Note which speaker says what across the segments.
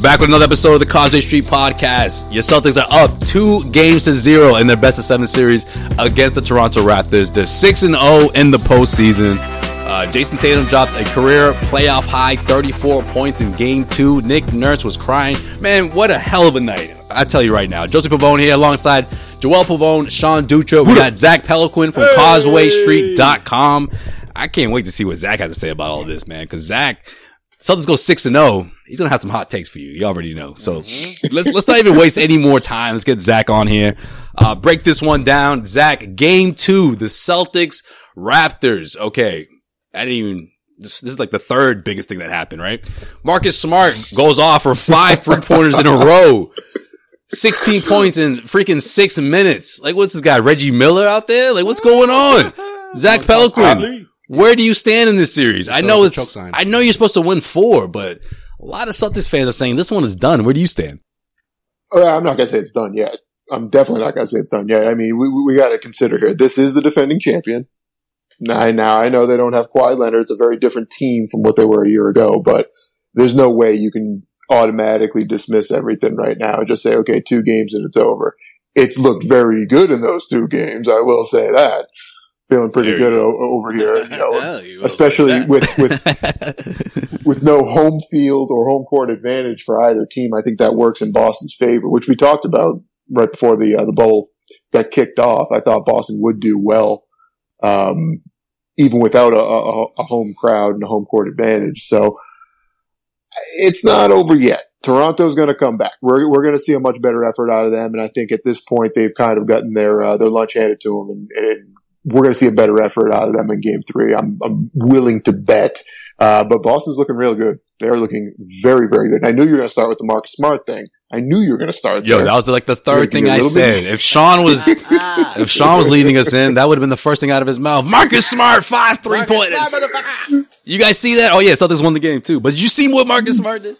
Speaker 1: Back with another episode of the Causeway Street Podcast. Your Celtics are up two games to zero in their best of seven series against the Toronto Raptors. They're six and zero in the postseason. Uh, Jason Tatum dropped a career playoff high 34 points in Game Two. Nick Nurse was crying. Man, what a hell of a night! I tell you right now. Joseph Pavone here alongside Joel Pavone, Sean Dutra. We got Zach Peliquin from CausewayStreet.com. I can't wait to see what Zach has to say about all this, man. Because Zach. Celtics go six and zero. He's gonna have some hot takes for you. You already know. So let's let's not even waste any more time. Let's get Zach on here. Uh, break this one down. Zach, game two, the Celtics Raptors. Okay, I didn't even. This, this is like the third biggest thing that happened, right? Marcus Smart goes off for five three pointers in a row. 16 points in freaking six minutes. Like, what's this guy, Reggie Miller out there? Like, what's going on? Zach Pelican. Where do you stand in this series? I know
Speaker 2: It's a
Speaker 1: it's
Speaker 2: choke sign.
Speaker 1: I know you're supposed to win four, but a lot of Celtics fans are saying this one is done. Where do you stand?
Speaker 3: Uh, I'm not going to say it's done yet. I'm definitely not going to say it's done yet. I mean, we, we, we got to consider here. This is the defending champion. Now, now I know they don't have Kawhi Leonard. It's a very different team from what they were a year ago, but there's no way you can automatically dismiss everything right now and just say, okay, two games and it's over. It's looked very good in those two games. I will say that. Feeling pretty
Speaker 1: There you
Speaker 3: good o- over here, you know,
Speaker 1: Yeah, you will
Speaker 3: especially
Speaker 1: say that.
Speaker 3: with- with no home field or home court advantage for either team, I think that works in Boston's favor, which we talked about right before the uh, the bubble got kicked off. I thought Boston would do well, um, even without a, a, a home crowd and a home court advantage. So it's not over yet. Toronto's going to come back. We're, we're going to see a much better effort out of them, and I think at this point they've kind of gotten their uh, their lunch handed to them, and, and we're going to see a better effort out of them in Game Three. I'm, I'm willing to bet. Uh, but Boston's looking real good. They're looking very, very good. I knew you were going to start with the Marcus Smart thing. I knew you were going to start
Speaker 1: Yo,
Speaker 3: there.
Speaker 1: that was like the third
Speaker 3: Give
Speaker 1: thing
Speaker 3: me a
Speaker 1: I
Speaker 3: little
Speaker 1: said.
Speaker 3: bit.
Speaker 1: If Sean was
Speaker 2: Ah.
Speaker 1: if Sean was leading us in, that would have been the first thing out of his mouth. Marcus Smart five three pointers. You guys see that? Oh yeah, Celtics won the game too. But you see what Marcus Smart did?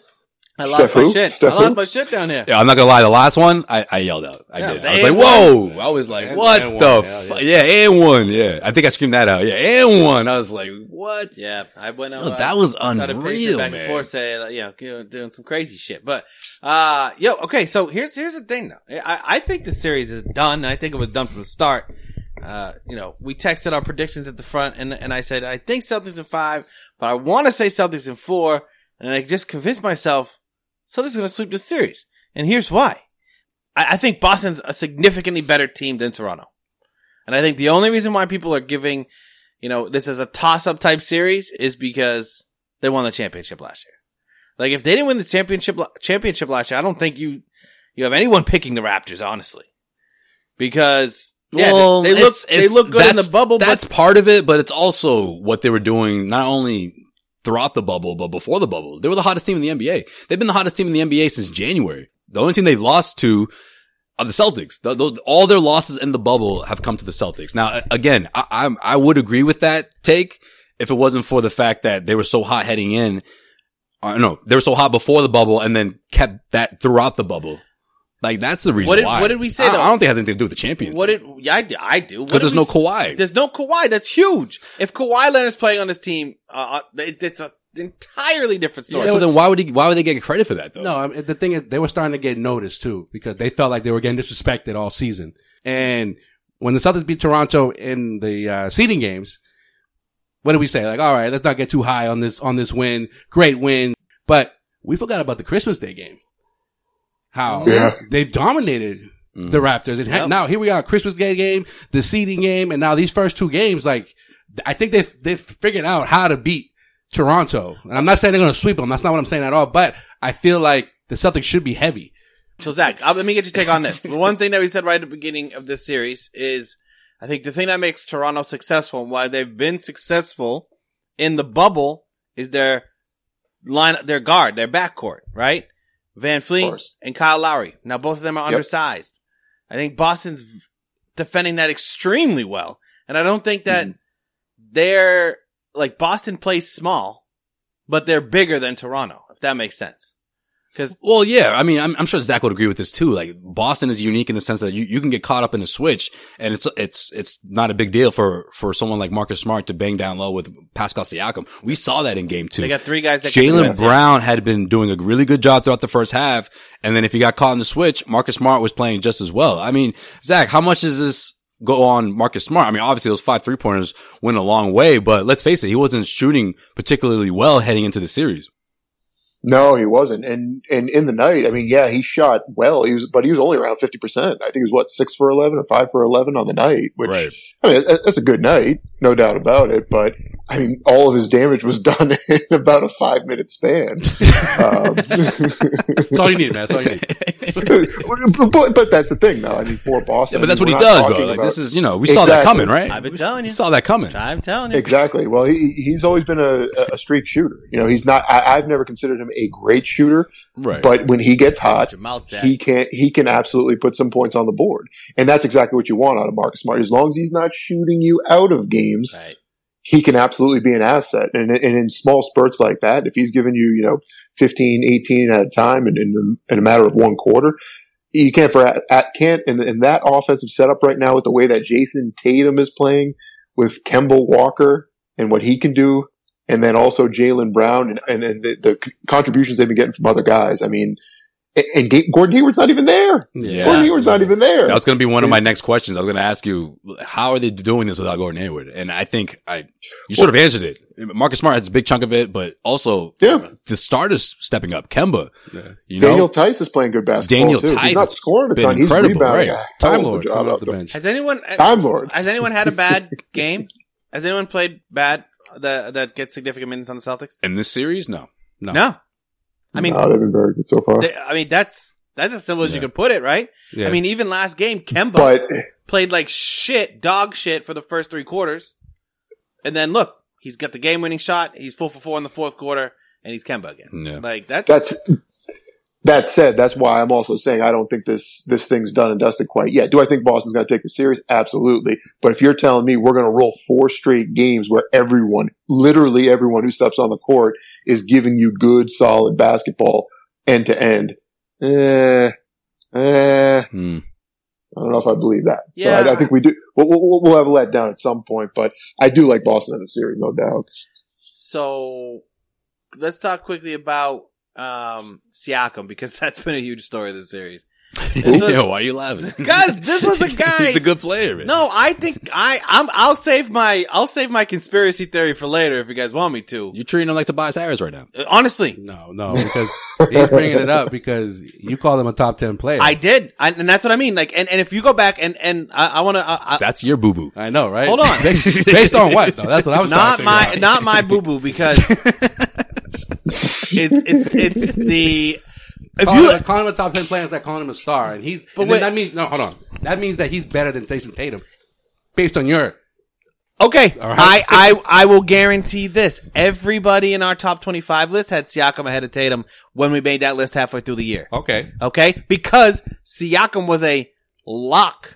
Speaker 2: I
Speaker 3: Steph
Speaker 2: lost my
Speaker 3: who?
Speaker 2: shit.
Speaker 3: Steph
Speaker 2: I lost
Speaker 3: who?
Speaker 2: my shit down here.
Speaker 1: Yeah, I'm not gonna lie. The last one, I, I yelled out. I
Speaker 2: Yeah,
Speaker 1: did. I was
Speaker 2: and
Speaker 1: like,
Speaker 2: one.
Speaker 1: "Whoa!" I was like,
Speaker 2: And-
Speaker 1: "What
Speaker 2: and
Speaker 1: the?
Speaker 2: one, yeah,
Speaker 1: fu- yeah. and one. Yeah, I think I screamed that out. Yeah, and one. I was like, "What?
Speaker 2: Yeah, I went uh, out.
Speaker 1: Yo, that was
Speaker 2: started pacing
Speaker 1: unreal,
Speaker 2: back
Speaker 1: man."
Speaker 2: and forth, saying, like, you know, you know, doing some crazy shit. But, uh, yo, okay. So here's here's the thing, though. I, I think the series is done. I think it was done from the start. Uh, you know, we texted our predictions at the front, and and I said I think Celtics in five, but I want to say Celtics in four, and I just convinced myself Celtics are going to sweep this series, and here's why. I, I think Boston's a significantly better team than Toronto, and I think the only reason why people are giving you know, this is a toss up type series is because they won the championship last year. Like if they didn't win the championship championship last year, I don't think you you have anyone picking the Raptors honestly, because yeah,
Speaker 1: Well,
Speaker 2: they, they look
Speaker 1: it's-
Speaker 2: they
Speaker 1: it's-
Speaker 2: look good in the
Speaker 1: that's-
Speaker 2: bubble,
Speaker 1: That's
Speaker 2: but
Speaker 1: part of it, but it's also what they were doing not only throughout the bubble, but before the bubble. They were the hottest team in the NBA. They've been the hottest team in the NBA since January. The only team they've lost to are the Celtics. Th- th- all their losses in the bubble have come to the Celtics. Now, a- again, I, I'm, I would agree with that take if it wasn't for the fact that they were so hot heading in. Uh, no, they were so hot before the bubble and then kept that throughout the bubble. Like that's the reason
Speaker 2: What did-
Speaker 1: why.
Speaker 2: what did we say,
Speaker 1: I, I
Speaker 2: though?
Speaker 1: don't think it has anything to do with the champion.
Speaker 2: What did yeah, I do? I do. What
Speaker 1: But
Speaker 2: did
Speaker 1: there's
Speaker 2: we
Speaker 1: no
Speaker 2: s-
Speaker 1: Kawhi.
Speaker 2: There's no Kawhi. That's huge. If Kawhi Leonard's playing on this team, uh, uh, it, it's an entirely different story.
Speaker 1: so then why would he, why would they get credit for that though?
Speaker 4: No, I mean, the thing is, they were starting to get noticed too because they felt like they were getting disrespected all season. And when the Celtics beat Toronto in the uh, seeding games, what did we say? Like, all right, let's not get too high on this on this win. Great win, but we forgot about the Christmas Day game. How
Speaker 3: Yeah.
Speaker 4: they dominated the Raptors, and ha-
Speaker 2: Yep.
Speaker 4: now here we are, Christmas Day game, the seeding game, and now these first two games, like I think they they figured out how to beat Toronto. And I'm not saying they're going to sweep them. That's not what I'm saying at all. But I feel like the Celtics should be heavy.
Speaker 2: So Zach, uh, let me get your take on this. The one thing that we said right at the beginning of this series is, I think the thing that makes Toronto successful and why they've been successful in the bubble is their line, their guard, their backcourt, right? Van Fleet
Speaker 3: course.
Speaker 2: and Kyle Lowry. Now both of them are
Speaker 3: Yep.
Speaker 2: undersized. I think Boston's v- defending that extremely well, and I don't think
Speaker 3: Mm-hmm.
Speaker 2: that they're like Boston plays small, but they're bigger than Toronto. If that makes sense, because
Speaker 1: Well, yeah. I mean, I'm, I'm sure Zach would agree with this too. Like Boston is unique in the sense that you, you can get caught up in a switch and it's, it's, it's not a big deal for, for someone like Marcus Smart to bang down low with Pascal Siakam. We saw that in game two.
Speaker 2: they got three guys that can do
Speaker 1: Jalen
Speaker 2: that.
Speaker 1: Brown had been doing a really good job throughout the first half. And then if he got caught in the switch, Marcus Smart was playing just as well. I mean, Zach, how much does this go on Marcus Smart? I mean, obviously those five three pointers went a long way, but let's face it, he wasn't shooting particularly well heading into the series.
Speaker 3: No, he wasn't. And and in the night, I mean, yeah, he shot well. He was, but he was only around fifty percent. I think he was what six for eleven or five for eleven on the night. Which
Speaker 1: Right.
Speaker 3: I mean, that- that's a good night, no doubt about it. But I mean, all of his damage was done in about a five minute span. um,
Speaker 4: That's all you need, man. That's all you need.
Speaker 3: but, but that's the thing, though. I mean, for Boston,
Speaker 1: Yeah, but that's what
Speaker 3: we're
Speaker 1: he
Speaker 3: not
Speaker 1: does, bro.
Speaker 3: talking
Speaker 1: Like
Speaker 3: about-
Speaker 1: this is, you know, we saw that
Speaker 3: Exactly.
Speaker 1: coming, right?
Speaker 2: I've been telling
Speaker 1: We
Speaker 2: you.
Speaker 1: saw that coming.
Speaker 2: I'm telling you.
Speaker 3: Exactly. Well, he, he's always been a, a streak shooter. You know, he's not. I, I've never considered him a great shooter,
Speaker 1: Right.
Speaker 3: but when he gets hot,
Speaker 2: Jamal Zach.
Speaker 3: he can he can absolutely put some points on the board, and that's exactly what you want out of Marcus Smart. As long as he's not shooting you out of games,
Speaker 2: Right.
Speaker 3: he can absolutely be an asset. And, and in small spurts like that, if he's giving you you know 15, 18 at a time, and in, in a matter of one quarter. You can't for at, can't in, in that offensive setup right now with the way that Jason Tatum is playing with Kemba Walker and what he can do, and then also Jalen Brown and, and, and the, the contributions they've been getting from other guys. I mean, and, and Ga- Gordon Hayward's not even there.
Speaker 1: Yeah.
Speaker 3: Gordon Hayward's not even there.
Speaker 1: That's going to be one of my next questions. I was going to ask you, how are they doing this without Gordon Hayward? And I think I, you sort of answered it. Marcus Smart has a big chunk of it, but also
Speaker 3: Yeah.
Speaker 1: the starters stepping up. Kemba, you know,
Speaker 3: Daniel Tice is playing good basketball.
Speaker 1: Daniel
Speaker 3: too.
Speaker 1: Tice
Speaker 3: he's not scoring a
Speaker 1: been
Speaker 3: ton. He's
Speaker 1: incredible,
Speaker 3: rebounding.
Speaker 1: right.
Speaker 3: a hell of
Speaker 4: Time
Speaker 3: a
Speaker 4: Lord
Speaker 3: job
Speaker 4: coming
Speaker 3: out
Speaker 4: off the
Speaker 3: there.
Speaker 4: bench.
Speaker 2: Has anyone
Speaker 3: Time Lord.
Speaker 2: has anyone had a bad game? Has anyone played bad that that gets significant minutes on the Celtics?
Speaker 1: in this series, no.
Speaker 4: No.
Speaker 2: No. I mean,
Speaker 3: no, they've been very good so far.
Speaker 2: they, I mean that's that's as simple as you
Speaker 1: Yeah.
Speaker 2: could put it, right?
Speaker 4: Yeah.
Speaker 2: I mean, even last game, Kemba
Speaker 3: but
Speaker 2: played like shit, dog shit for the first three quarters, and then look, he's got the game-winning shot. He's four for four in the fourth quarter, and he's Kemba again.
Speaker 1: Yeah.
Speaker 2: Like that's,
Speaker 3: that's that said, that's why I'm also saying I don't think this this thing's done and dusted quite yet. Do I think Boston's going to take the series? Absolutely. But if you're telling me we're going to roll four straight games where everyone, literally everyone who steps on the court, is giving you good, solid basketball end to end, eh, eh,
Speaker 1: Hmm.
Speaker 3: I don't know if I believe that. so
Speaker 2: Yeah.
Speaker 3: I, I think we do. We'll, we'll, we'll have a letdown at some point, but I do like Boston in the series, no doubt.
Speaker 2: So let's talk quickly about um Siakam because that's been a huge story of the series. This was-
Speaker 1: yeah, why are you laughing?
Speaker 2: Because this was a guy-
Speaker 1: He's a good player, man.
Speaker 2: No, I think I I'm I'll save my I'll save my conspiracy theory for later if you guys want me to.
Speaker 1: You're treating him like Tobias Harris right now.
Speaker 2: Uh, Honestly,
Speaker 4: No, no, because he's bringing it up because you call him a top 10 player.
Speaker 2: I did, I, and that's what I mean. Like, and, and if you go back and and I, I want to I, I,
Speaker 1: That's your boo boo.
Speaker 4: I know, right?
Speaker 2: Hold on.
Speaker 4: Based, based on what, though? That's what I was trying
Speaker 2: not
Speaker 4: to
Speaker 2: my
Speaker 4: figure out.
Speaker 2: not my boo boo because it's it's it's the if
Speaker 4: Calling,
Speaker 2: you
Speaker 4: him, calling him a top 10 player is like calling him a star. And he's, but
Speaker 2: wait-
Speaker 4: that means, no, hold on. That means that he's better than Jason Tatum based on your
Speaker 2: Okay,
Speaker 4: All right.
Speaker 2: I, I I will guarantee this. Everybody in our top twenty five list had Siakam ahead of Tatum when we made that list halfway through the year.
Speaker 5: Okay.
Speaker 2: Okay, because Siakam was a lock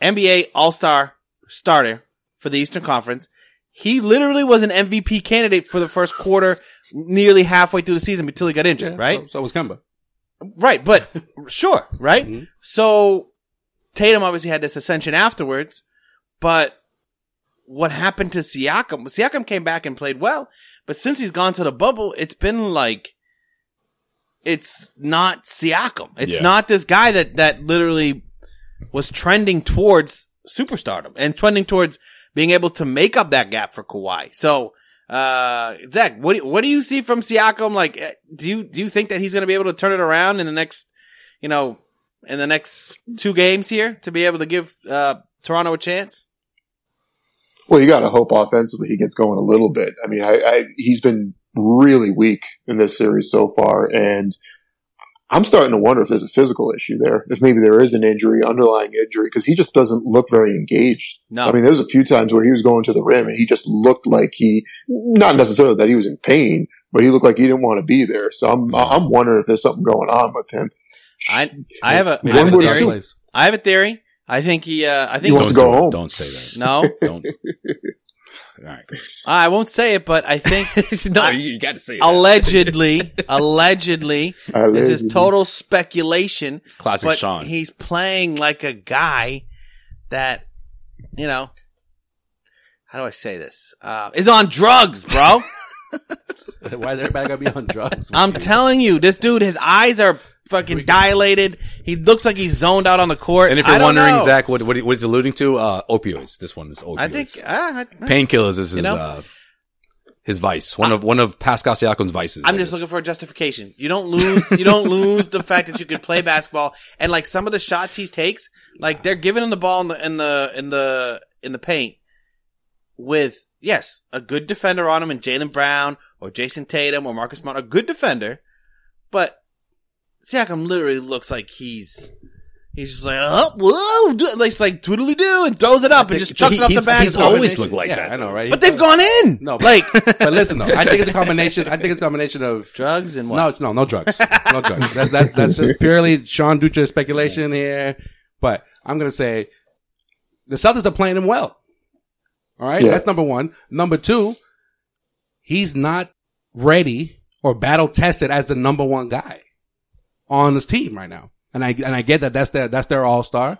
Speaker 2: NBA All Star starter for the Eastern Conference. He literally was an MVP candidate for the first quarter, nearly halfway through the season until he got injured.
Speaker 4: Yeah,
Speaker 2: right,
Speaker 4: So, so was Kemba.
Speaker 2: right, but sure, right.
Speaker 4: Mhm.
Speaker 2: So Tatum obviously had this ascension afterwards, but what happened to Siakam? Siakam came back and played well, but since he's gone to the bubble, it's been like it's not Siakam. It's
Speaker 5: Yeah.
Speaker 2: not this guy that that literally was trending towards superstardom and trending towards being able to make up that gap for Kawhi. So, uh, Zach, what do, what do you see from Siakam? Like, eh, do you do you think that he's going to be able to turn it around in the next, you know, in the next two games here to be able to give uh, Toronto a chance?
Speaker 3: Well, you got to hope offensively he gets going a little bit. I mean, I, I he's been really weak in this series so far, and I'm starting to wonder if there's a physical issue there, if maybe there is an injury, underlying injury, because he just doesn't look very engaged.
Speaker 2: No.
Speaker 3: I mean, there's a few times where he was going to the rim and he just looked like he, not necessarily that he was in pain, but he looked like he didn't want to be there. So I'm, I'm wondering if there's something going on with him.
Speaker 2: I I have a I
Speaker 3: One
Speaker 2: have a
Speaker 3: would
Speaker 2: theory.
Speaker 3: assume-
Speaker 2: I have a theory. I think he. Uh, I think
Speaker 3: You wants want- to
Speaker 1: Don't
Speaker 3: go
Speaker 1: do it.
Speaker 3: home.
Speaker 1: Don't say that.
Speaker 2: no.
Speaker 1: Don't. All right. go.
Speaker 2: I won't say it, but I think
Speaker 1: No,
Speaker 2: I-
Speaker 1: you, got to say it.
Speaker 2: allegedly, allegedly,
Speaker 3: I
Speaker 2: this is
Speaker 3: live-
Speaker 2: total speculation.
Speaker 1: It's classic
Speaker 2: But
Speaker 1: Sean.
Speaker 2: he's playing like a guy that, you know, how do I say this? Uh, is on drugs, bro.
Speaker 4: Why is everybody gonna be on drugs?
Speaker 2: I'm telling you, this dude, his eyes are fucking dilated. He looks like he's zoned out on the court.
Speaker 1: and if
Speaker 2: I
Speaker 1: you're
Speaker 2: don't
Speaker 1: wondering,
Speaker 2: know.
Speaker 1: Zach, what what, he- what he's alluding to, uh, opioids. This one is opioids.
Speaker 2: I think ah, I,
Speaker 1: painkillers is his,
Speaker 2: You know?
Speaker 1: uh, his vice. One of one of Pascal Siakam's vices.
Speaker 2: I'm just looking for a justification. You don't lose. You don't lose the fact that you can play basketball. And like some of the shots he takes, like they're giving him the ball in the in the in the in the paint with yes, a good defender on him, and Jalen Brown or Jason Tatum or Marcus Smart, a good defender. But Siakam literally looks like he's. He's just like, oh, whoa, do-" like, it's like twiddly do and throws it up and just chucks it off the
Speaker 1: back. He's
Speaker 2: backboard.
Speaker 1: always looked like
Speaker 4: yeah,
Speaker 1: that.
Speaker 4: I know, right?
Speaker 2: But they've gone in.
Speaker 4: No, but-
Speaker 2: like
Speaker 4: But listen, though, I think it's a combination. I think it's a combination of
Speaker 2: drugs and what?
Speaker 4: no, it's- no, no drugs, no drugs. That's that's that's just purely Sean Dutra speculation here. But I'm gonna say the Celtics are playing him well. All right,
Speaker 3: Yeah.
Speaker 4: that's number one. Number two, he's not ready or battle tested as the number one guy on his team right now. And I and I get that that's their that's their all star.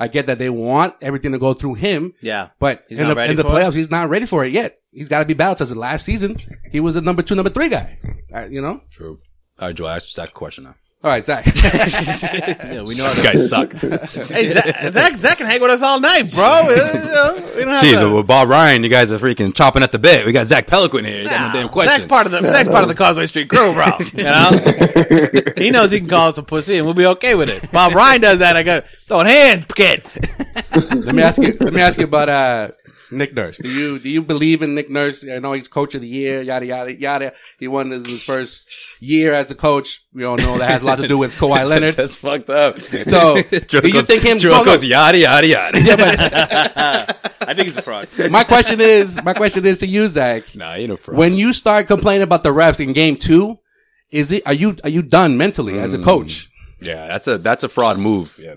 Speaker 4: I get that they want everything to go through him.
Speaker 2: Yeah.
Speaker 4: But
Speaker 2: He's
Speaker 4: in
Speaker 2: not
Speaker 4: the,
Speaker 2: ready
Speaker 4: in the
Speaker 2: for it?
Speaker 4: playoffs, he's not ready for it yet. He's got to be battle tested. Last season, he was the number two, number three guy. Uh, you know.
Speaker 1: True. All right, Joel, ask that question now.
Speaker 4: All right, Zach.
Speaker 2: Yeah, we know how to
Speaker 1: These guys suck.
Speaker 2: Hey, Zach, Zach, Zach can hang with us all night, bro. You know, we don't have to-
Speaker 1: Jeez, with Bob Ryan, you guys are freaking chopping at the bit. We got Zach Pelican here. You got
Speaker 2: Nah,
Speaker 1: no damn questions.
Speaker 2: Ah, Zach's part of the Zach's part of the Causeway Street crew, bro. You know, he knows he can call us a pussy, and we'll be okay with it. Bob Ryan does that. I go throwing hands, kid.
Speaker 4: let me ask you. Let me ask you about uh, Nick Nurse. Do you do you believe in Nick Nurse? I know he's coach of the year. Yada yada yada. He won his, his first year as a coach. We all know that has a lot to do with Kawhi Leonard.
Speaker 1: That's fucked up.
Speaker 4: So, do you think him-
Speaker 1: Joel
Speaker 4: no, no.
Speaker 1: goes yada yada yada.
Speaker 4: Yeah, but
Speaker 2: I think he's a fraud.
Speaker 4: my question is, my question is to you, Zach.
Speaker 1: Nah, ain't no fraud.
Speaker 4: When you start complaining about the refs in Game Two, is it are you are you done mentally as a
Speaker 2: Mm.
Speaker 4: coach?
Speaker 1: yeah, that's a that's a fraud move. Yeah.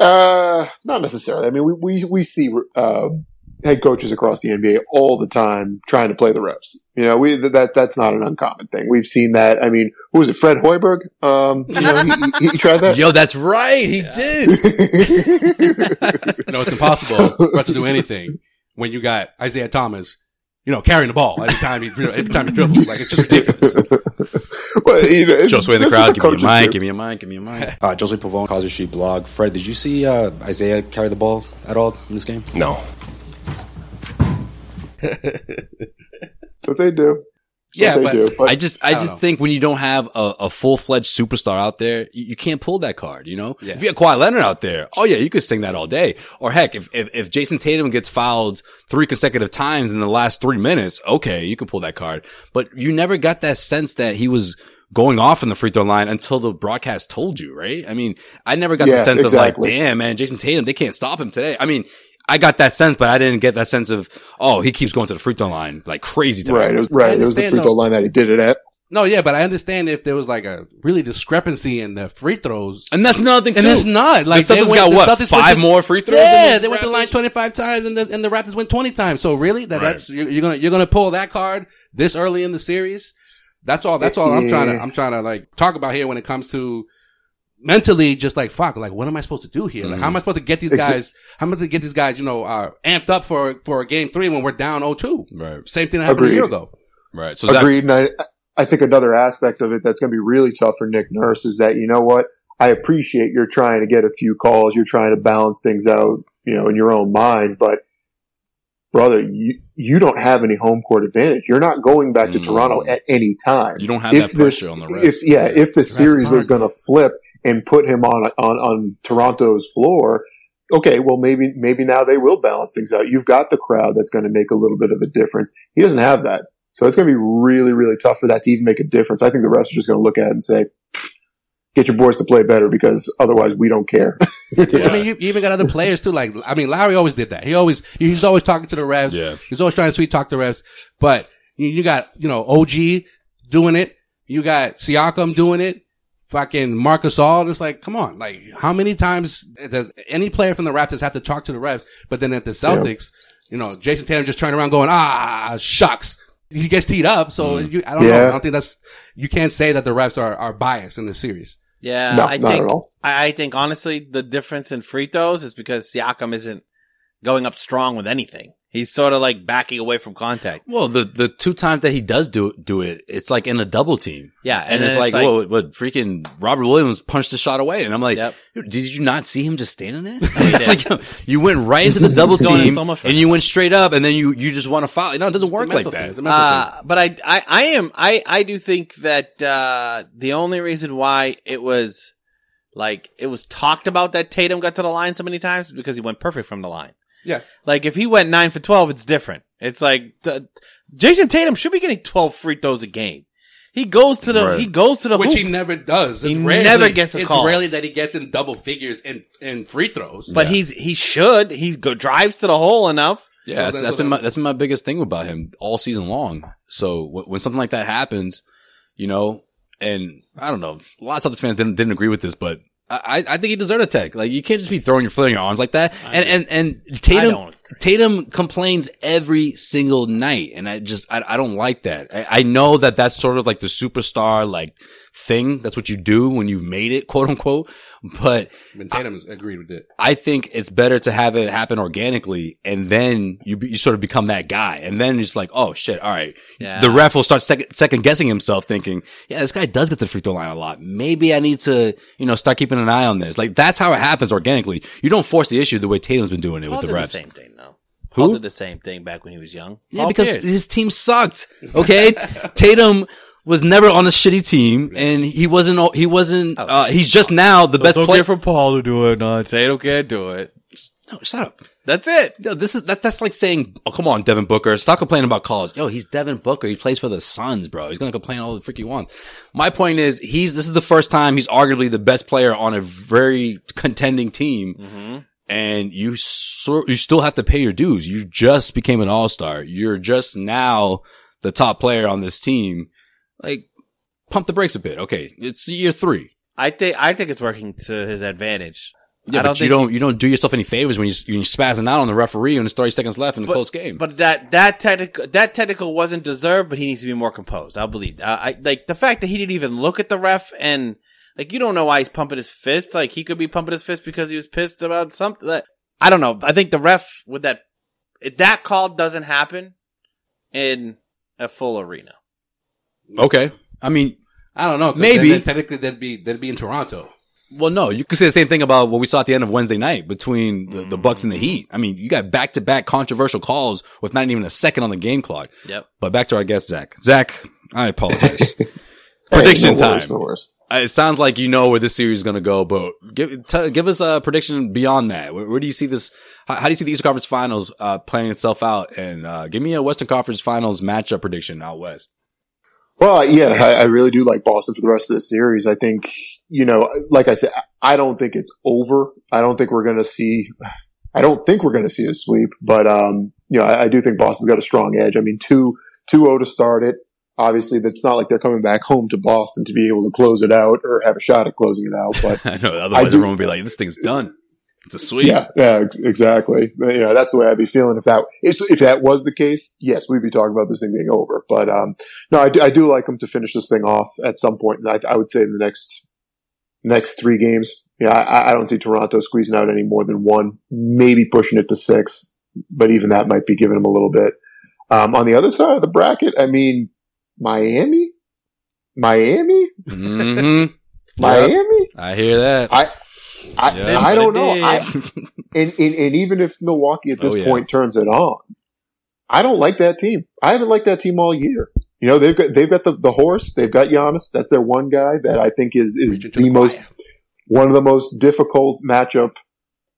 Speaker 3: Uh, not necessarily. I mean, we we we see uh, head coaches across the NBA all the time trying to play the refs. You know, we that that's not an uncommon thing. We've seen that. I mean, who was it? Fred Hoiberg. Um, you know, he, he, he tried that.
Speaker 1: Yo, that's right. He did.
Speaker 4: No, it's impossible for us to do anything when you got Isaiah Thomas, you know, carrying the ball every time he dribbles, every time he dribbles. Like it's just ridiculous.
Speaker 3: But, you know,
Speaker 1: Just way in the
Speaker 3: that's
Speaker 1: crowd. Give me
Speaker 3: what
Speaker 1: your
Speaker 3: coaches
Speaker 1: mind.
Speaker 3: do.
Speaker 1: Give me your mind. Give me your mind. Uh, Jose Pavone, Causer Street blog. Fred, did you see uh, Isaiah carry the ball at all in this game?
Speaker 5: No.
Speaker 3: That's what they do. That's
Speaker 4: Yeah,
Speaker 3: what
Speaker 4: but-
Speaker 3: they do. But
Speaker 1: I just, I,
Speaker 4: I don't
Speaker 1: just
Speaker 4: know.
Speaker 1: think when you don't have a, a full fledged superstar out there, you, you can't pull that card. You know,
Speaker 4: Yeah.
Speaker 1: if you had Kawhi Leonard out there, oh yeah, you could sing that all day. Or heck, if, if if Jason Tatum gets fouled three consecutive times in the last three minutes, okay, you could pull that card. But you never got that sense that he was going off in the free throw line until the broadcast told you, right? I mean, I never got the
Speaker 3: Yeah,
Speaker 1: sense of like,
Speaker 3: exactly.
Speaker 1: damn man, Jason Tatum, they can't stop him today. I mean. I got that sense, but I didn't get that sense of oh, he keeps going to the free throw line like crazy. Tonight.
Speaker 3: Right. It was right. It was the
Speaker 4: understand,
Speaker 3: free
Speaker 4: though.
Speaker 3: throw line that he did it at.
Speaker 4: No, yeah, but I understand if there was like a really discrepancy in the free throws.
Speaker 1: and that's another thing
Speaker 4: And
Speaker 1: too.
Speaker 4: it's not like
Speaker 1: the
Speaker 4: they
Speaker 1: Celtics
Speaker 4: went-
Speaker 1: got
Speaker 4: the
Speaker 1: what
Speaker 4: Celtics went
Speaker 1: five
Speaker 4: to-
Speaker 1: more free throws.
Speaker 4: Yeah,
Speaker 1: than
Speaker 4: they went to the line
Speaker 1: Raptors?
Speaker 4: twenty five times, and the and the Raptors went twenty times. So really, that,
Speaker 1: Right.
Speaker 4: that's you're, you're gonna you're gonna pull that card this early in the series. That's all. That's all I'm trying to
Speaker 3: Yeah.
Speaker 4: I'm trying to like talk about here when it comes to mentally, just like fuck, like what am I supposed to do here? Like how am I supposed to get these
Speaker 3: Mm-hmm. Exa-
Speaker 4: guys? How am I supposed to get these guys? You know, uh, amped up for for a game three when we're down 0-2?
Speaker 1: Right.
Speaker 4: Same thing that happened a
Speaker 3: Agreed.
Speaker 4: year ago.
Speaker 1: Right. So that,
Speaker 3: Agreed. And I, I think another aspect of it that's going to be really tough for Nick Nurse is that, you know what? I appreciate you're trying to get a few calls. You're trying to balance things out, you know, in your own mind. But brother, you, you don't have any home court advantage. You're not going back to
Speaker 1: Mm.
Speaker 3: Toronto at any time.
Speaker 1: you don't have that pressure
Speaker 3: this-
Speaker 1: on the refs.
Speaker 3: if yeah, if the series was
Speaker 4: part.
Speaker 3: going to flip and put him on on on Toronto's floor, okay, well maybe maybe now they will balance things out. You've got the crowd that's going to make a little bit of a difference. He doesn't have that, so it's going to be really really tough for that to even make a difference. I think the refs are just going to look at it and say. Get your boys to play better because otherwise we don't care.
Speaker 4: I mean, you, you even got other players too. Like, I mean, Lowry always did that. He always, he's always talking to the refs.
Speaker 1: Yeah.
Speaker 4: He's always trying to sweet talk the refs. But you, you got, you know, OG doing it. You got Siakam doing it. Fucking Marcus All. It's like, come on. Like, how many times does any player from the Raptors have to talk to the refs? But then at the Celtics, you know, Jason Tatum just turned around going, ah, shucks. He gets teed up. So
Speaker 2: Mm.
Speaker 4: you, I don't know.
Speaker 3: Yeah.
Speaker 4: I don't think that's, you can't say that the refs are, are biased in this series.
Speaker 2: Yeah,
Speaker 3: No,
Speaker 2: I
Speaker 3: not
Speaker 2: think
Speaker 3: at all.
Speaker 2: I, I think honestly the difference in free throws is because Siakam isn't going up strong with anything. He's sort of like backing away from contact.
Speaker 1: Well, the the two times that he does do do it, it's like in a double team.
Speaker 2: Yeah,
Speaker 1: and, it's, like, whoa, what freaking Robert Williams punched the shot away, and I'm like,
Speaker 2: Yep.
Speaker 1: dude, did you not see him just standing there? it's like yo, you went right into the double
Speaker 2: Going in
Speaker 1: team,
Speaker 2: slow motion.
Speaker 1: and you went straight up, and then you you just want to foul. No, it doesn't work
Speaker 4: It's a
Speaker 1: like
Speaker 4: mental thing.
Speaker 1: that.
Speaker 4: It's a mental thing.
Speaker 2: Uh, but I, I, I am, I, I do think that, uh, the only reason why it was like, it was talked about that Tatum got to the line so many times is because he went perfect from the line.
Speaker 4: Yeah.
Speaker 2: Like if he went nine for 12, it's different. It's like t- Jason Tatum should be getting 12 free throws a game. He goes to the,
Speaker 1: Right.
Speaker 2: he goes to the
Speaker 4: which
Speaker 2: hoop.
Speaker 4: he never does.
Speaker 2: He never gets a
Speaker 4: it's
Speaker 2: call.
Speaker 4: rarely that he gets in double figures in in free throws.
Speaker 2: but he's, he should, he go drives to the hole enough.
Speaker 1: Yeah,
Speaker 4: Well,
Speaker 1: that's, that's
Speaker 4: that's what
Speaker 1: been
Speaker 4: I-
Speaker 1: my that's been my biggest thing about him all season long. So w- when something like that happens, you know, and I don't know, lots of Celtics fans didn't didn't agree with this, but I, I I think he deserved a tech. Like you can't just be throwing your foot in your arms like that. and, and and
Speaker 2: I
Speaker 1: Tatum
Speaker 2: don't
Speaker 1: Tatum complains every single night, and I just I, I don't like that. I, I know that that's sort of like the superstar like thing. That's what you do when you've made it, quote unquote. But
Speaker 4: and Tatum's agreed with it.
Speaker 1: I think it's better to have it happen organically, and then you be, you sort of become that guy, and then it's like, oh shit, all right.
Speaker 2: Yeah.
Speaker 1: The ref will start second second guessing himself, thinking, yeah, this guy does get the free throw line a lot. Maybe I need to you know start keeping an eye on this. Like that's how it happens organically. You don't force the issue the way Tatum's been doing it
Speaker 2: Paul
Speaker 1: with
Speaker 2: did
Speaker 1: the
Speaker 2: the
Speaker 1: refs.
Speaker 2: same thing though.
Speaker 1: Who?
Speaker 2: Paul did the same thing back when he was young.
Speaker 1: yeah,
Speaker 2: Paul
Speaker 1: because
Speaker 2: Pierce.
Speaker 1: his team sucked. Okay, Tatum. Was never on a shitty team, and he wasn't. He
Speaker 2: Oh.
Speaker 1: wasn't. Uh, he's just now the best player.
Speaker 2: for Paul to do it. No, Tatum can't do it.
Speaker 1: no, shut up.
Speaker 2: That's it.
Speaker 1: No, this is that. That's like saying, "Oh, come on, Devin Booker, stop complaining about college." Yo, he's Devin Booker. He plays for the Suns, bro. He's gonna complain all the freak he wants. My point is, he's this is the first time he's arguably the best player on a very contending team,
Speaker 2: Mm-hmm.
Speaker 1: and you sor- you still have to pay your dues. You just became an All Star. You're just now the top player on this team. Like, pump the brakes a bit. Okay, it's year three.
Speaker 2: I think I think it's working to his advantage.
Speaker 1: Yeah,
Speaker 2: I
Speaker 1: but you
Speaker 2: think-
Speaker 1: don't you don't do yourself any favors when you when you're spazzing out on the referee when there's 30 seconds left in a
Speaker 2: but,
Speaker 1: close game.
Speaker 2: But that that technical that technical wasn't deserved. But he needs to be more composed. I believe. Uh, I like the fact that he didn't even look at the ref and like you don't know why he's pumping his fist. Like he could be pumping his fist because he was pissed about something. Like, I don't know. I think the ref with that if that call doesn't happen in a full arena.
Speaker 1: Okay. I mean,
Speaker 4: I don't know. 'cause
Speaker 1: Maybe.
Speaker 4: then- then technically they'd be they'd be in Toronto.
Speaker 1: well, no, you could say the same thing about what we saw at the end of Wednesday night between the, the Bucks and the Heat. I mean, you got back to back controversial calls with not even a second on the game clock.
Speaker 2: Yep.
Speaker 1: But back to our guest, Zach. Zach, I apologize. Prediction
Speaker 3: Hey, no worries,
Speaker 1: time.
Speaker 3: no worries.
Speaker 1: Uh, It sounds like you know where this series is going to go, but give t- give us a prediction beyond that. Where, where do you see this? How, how do you see the Eastern Conference Finals uh, playing itself out? And uh, give me a Western Conference Finals matchup prediction out west.
Speaker 3: Well, yeah, I, I really do like Boston for the rest of the series. I think, you know, like I said, I don't think it's over. I don't think we're going to see. I- I don't think we're going to see a sweep, but um, you know, I, I do think Boston's got a strong edge. I mean, two two zero to start it. Obviously, that's not like they're coming back home to Boston to be able to close it out or have a shot at closing it out. But
Speaker 1: I know. Otherwise,
Speaker 3: do-
Speaker 1: everyone would be like, "This thing's done. It's a sweep."
Speaker 3: yeah, yeah, ex- exactly. You know, that's the way I'd be feeling if that if if that was the case. Yes, we'd be talking about this thing being over. But um, no, I do, I do like them to finish this thing off at some point, and I, I would say in the next next three games. Yeah, I, I don't see Toronto squeezing out any more than one, maybe pushing it to six, but even that might be giving them a little bit. Um, on the other side of the bracket, I mean, Miami, Miami,
Speaker 1: Mm-hmm.
Speaker 3: Miami.
Speaker 1: I hear that.
Speaker 3: I I,
Speaker 1: Yeah.
Speaker 3: I don't
Speaker 2: But it
Speaker 3: know.
Speaker 2: did.
Speaker 3: I, and, and and even if Milwaukee at this
Speaker 1: Oh, yeah.
Speaker 3: point turns it on, I don't like that team. I haven't liked that team all year. You know, they've got they've got the, the horse, they've got Giannis. That's their one guy that I think is is
Speaker 4: Preaching to
Speaker 3: the,
Speaker 4: the choir.
Speaker 3: most one of the most difficult matchup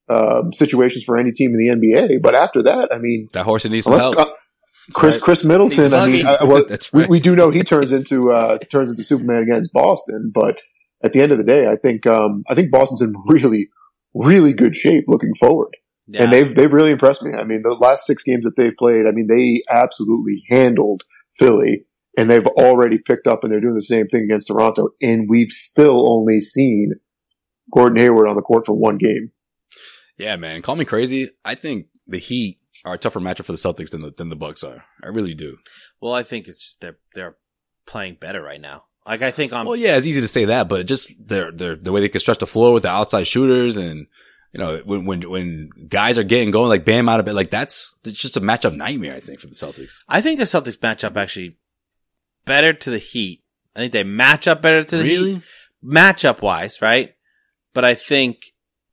Speaker 3: um, situations for any team in the NBA. But after that, I mean,
Speaker 1: that horse needs some
Speaker 3: unless
Speaker 1: help.
Speaker 3: uh, Chris
Speaker 1: right.
Speaker 3: Chris
Speaker 2: He's
Speaker 3: Middleton, I mean,
Speaker 2: hugging.
Speaker 3: I, uh, well,
Speaker 1: That's
Speaker 3: we,
Speaker 1: right.
Speaker 3: we do know he turns into uh, turns into Superman against Boston, but at the end of the day, I think um, I think Boston's in really really good shape looking forward,
Speaker 2: Yeah.
Speaker 3: and they've they've really impressed me. I mean, the last six games that they've played, I mean, they absolutely handled Philly, and they've already picked up, and they're doing the same thing against Toronto, and we've still only seen Gordon Hayward on the court for one game.
Speaker 1: yeah, man. Call me crazy. I think the Heat are a tougher matchup for the Celtics than the than the Bucks are. I really do.
Speaker 2: well, I think it's they're they're playing better right now. Like I think I'm.
Speaker 1: Um, well, yeah, it's easy to say that, but just their their the way they can stretch the floor with the outside shooters and. You know, when, when, when guys are getting going, like Bam out of it, like that's, it's just a matchup nightmare, I think, for the Celtics.
Speaker 2: I think the Celtics match up actually better to the Heat. I think they match up better to the Heat. matchup wise, right? But I think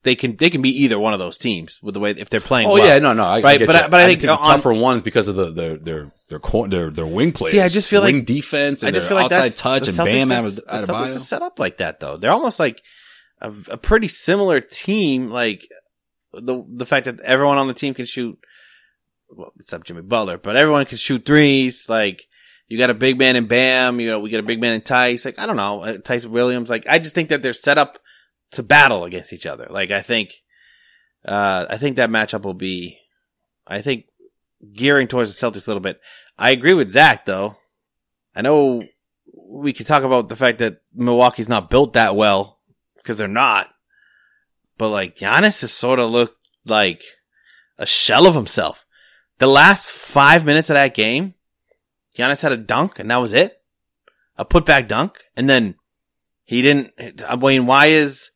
Speaker 2: they can they can be either one of those teams with the way if they're playing.
Speaker 1: Oh
Speaker 2: well.
Speaker 1: yeah, no, no, I,
Speaker 2: Right,
Speaker 1: get
Speaker 2: but
Speaker 1: you.
Speaker 2: I- but I think
Speaker 1: just the
Speaker 2: on-
Speaker 1: tougher ones because of the their their their cor- their, their wing players.
Speaker 2: See, I just feel
Speaker 1: wing
Speaker 2: like-
Speaker 1: defense and
Speaker 2: I just
Speaker 1: their
Speaker 2: feel like
Speaker 1: outside
Speaker 2: that's
Speaker 1: touch
Speaker 2: the
Speaker 1: and
Speaker 2: Celtics
Speaker 1: Bam
Speaker 2: are-
Speaker 1: out of
Speaker 2: the Celtics are set up like that though. They're almost like a, a pretty similar team. Like the the fact that everyone on the team can shoot, well, except Jimmy Butler, but everyone can shoot threes. Like you got a big man in Bam. You know we got a big man in Tice. Like I don't know uh, Tyson Williams. Like I just think that they're set up to battle against each other. Like I think, uh, I think that matchup will be, I think gearing towards the Celtics a little bit. I agree with Zach though. I know we could talk about the fact that Milwaukee's not built that well because they're not. But like Giannis has sort of looked like a shell of himself. The last five minutes of that game, Giannis had a dunk and that was it. A putback dunk. And then he didn't, I mean, why is,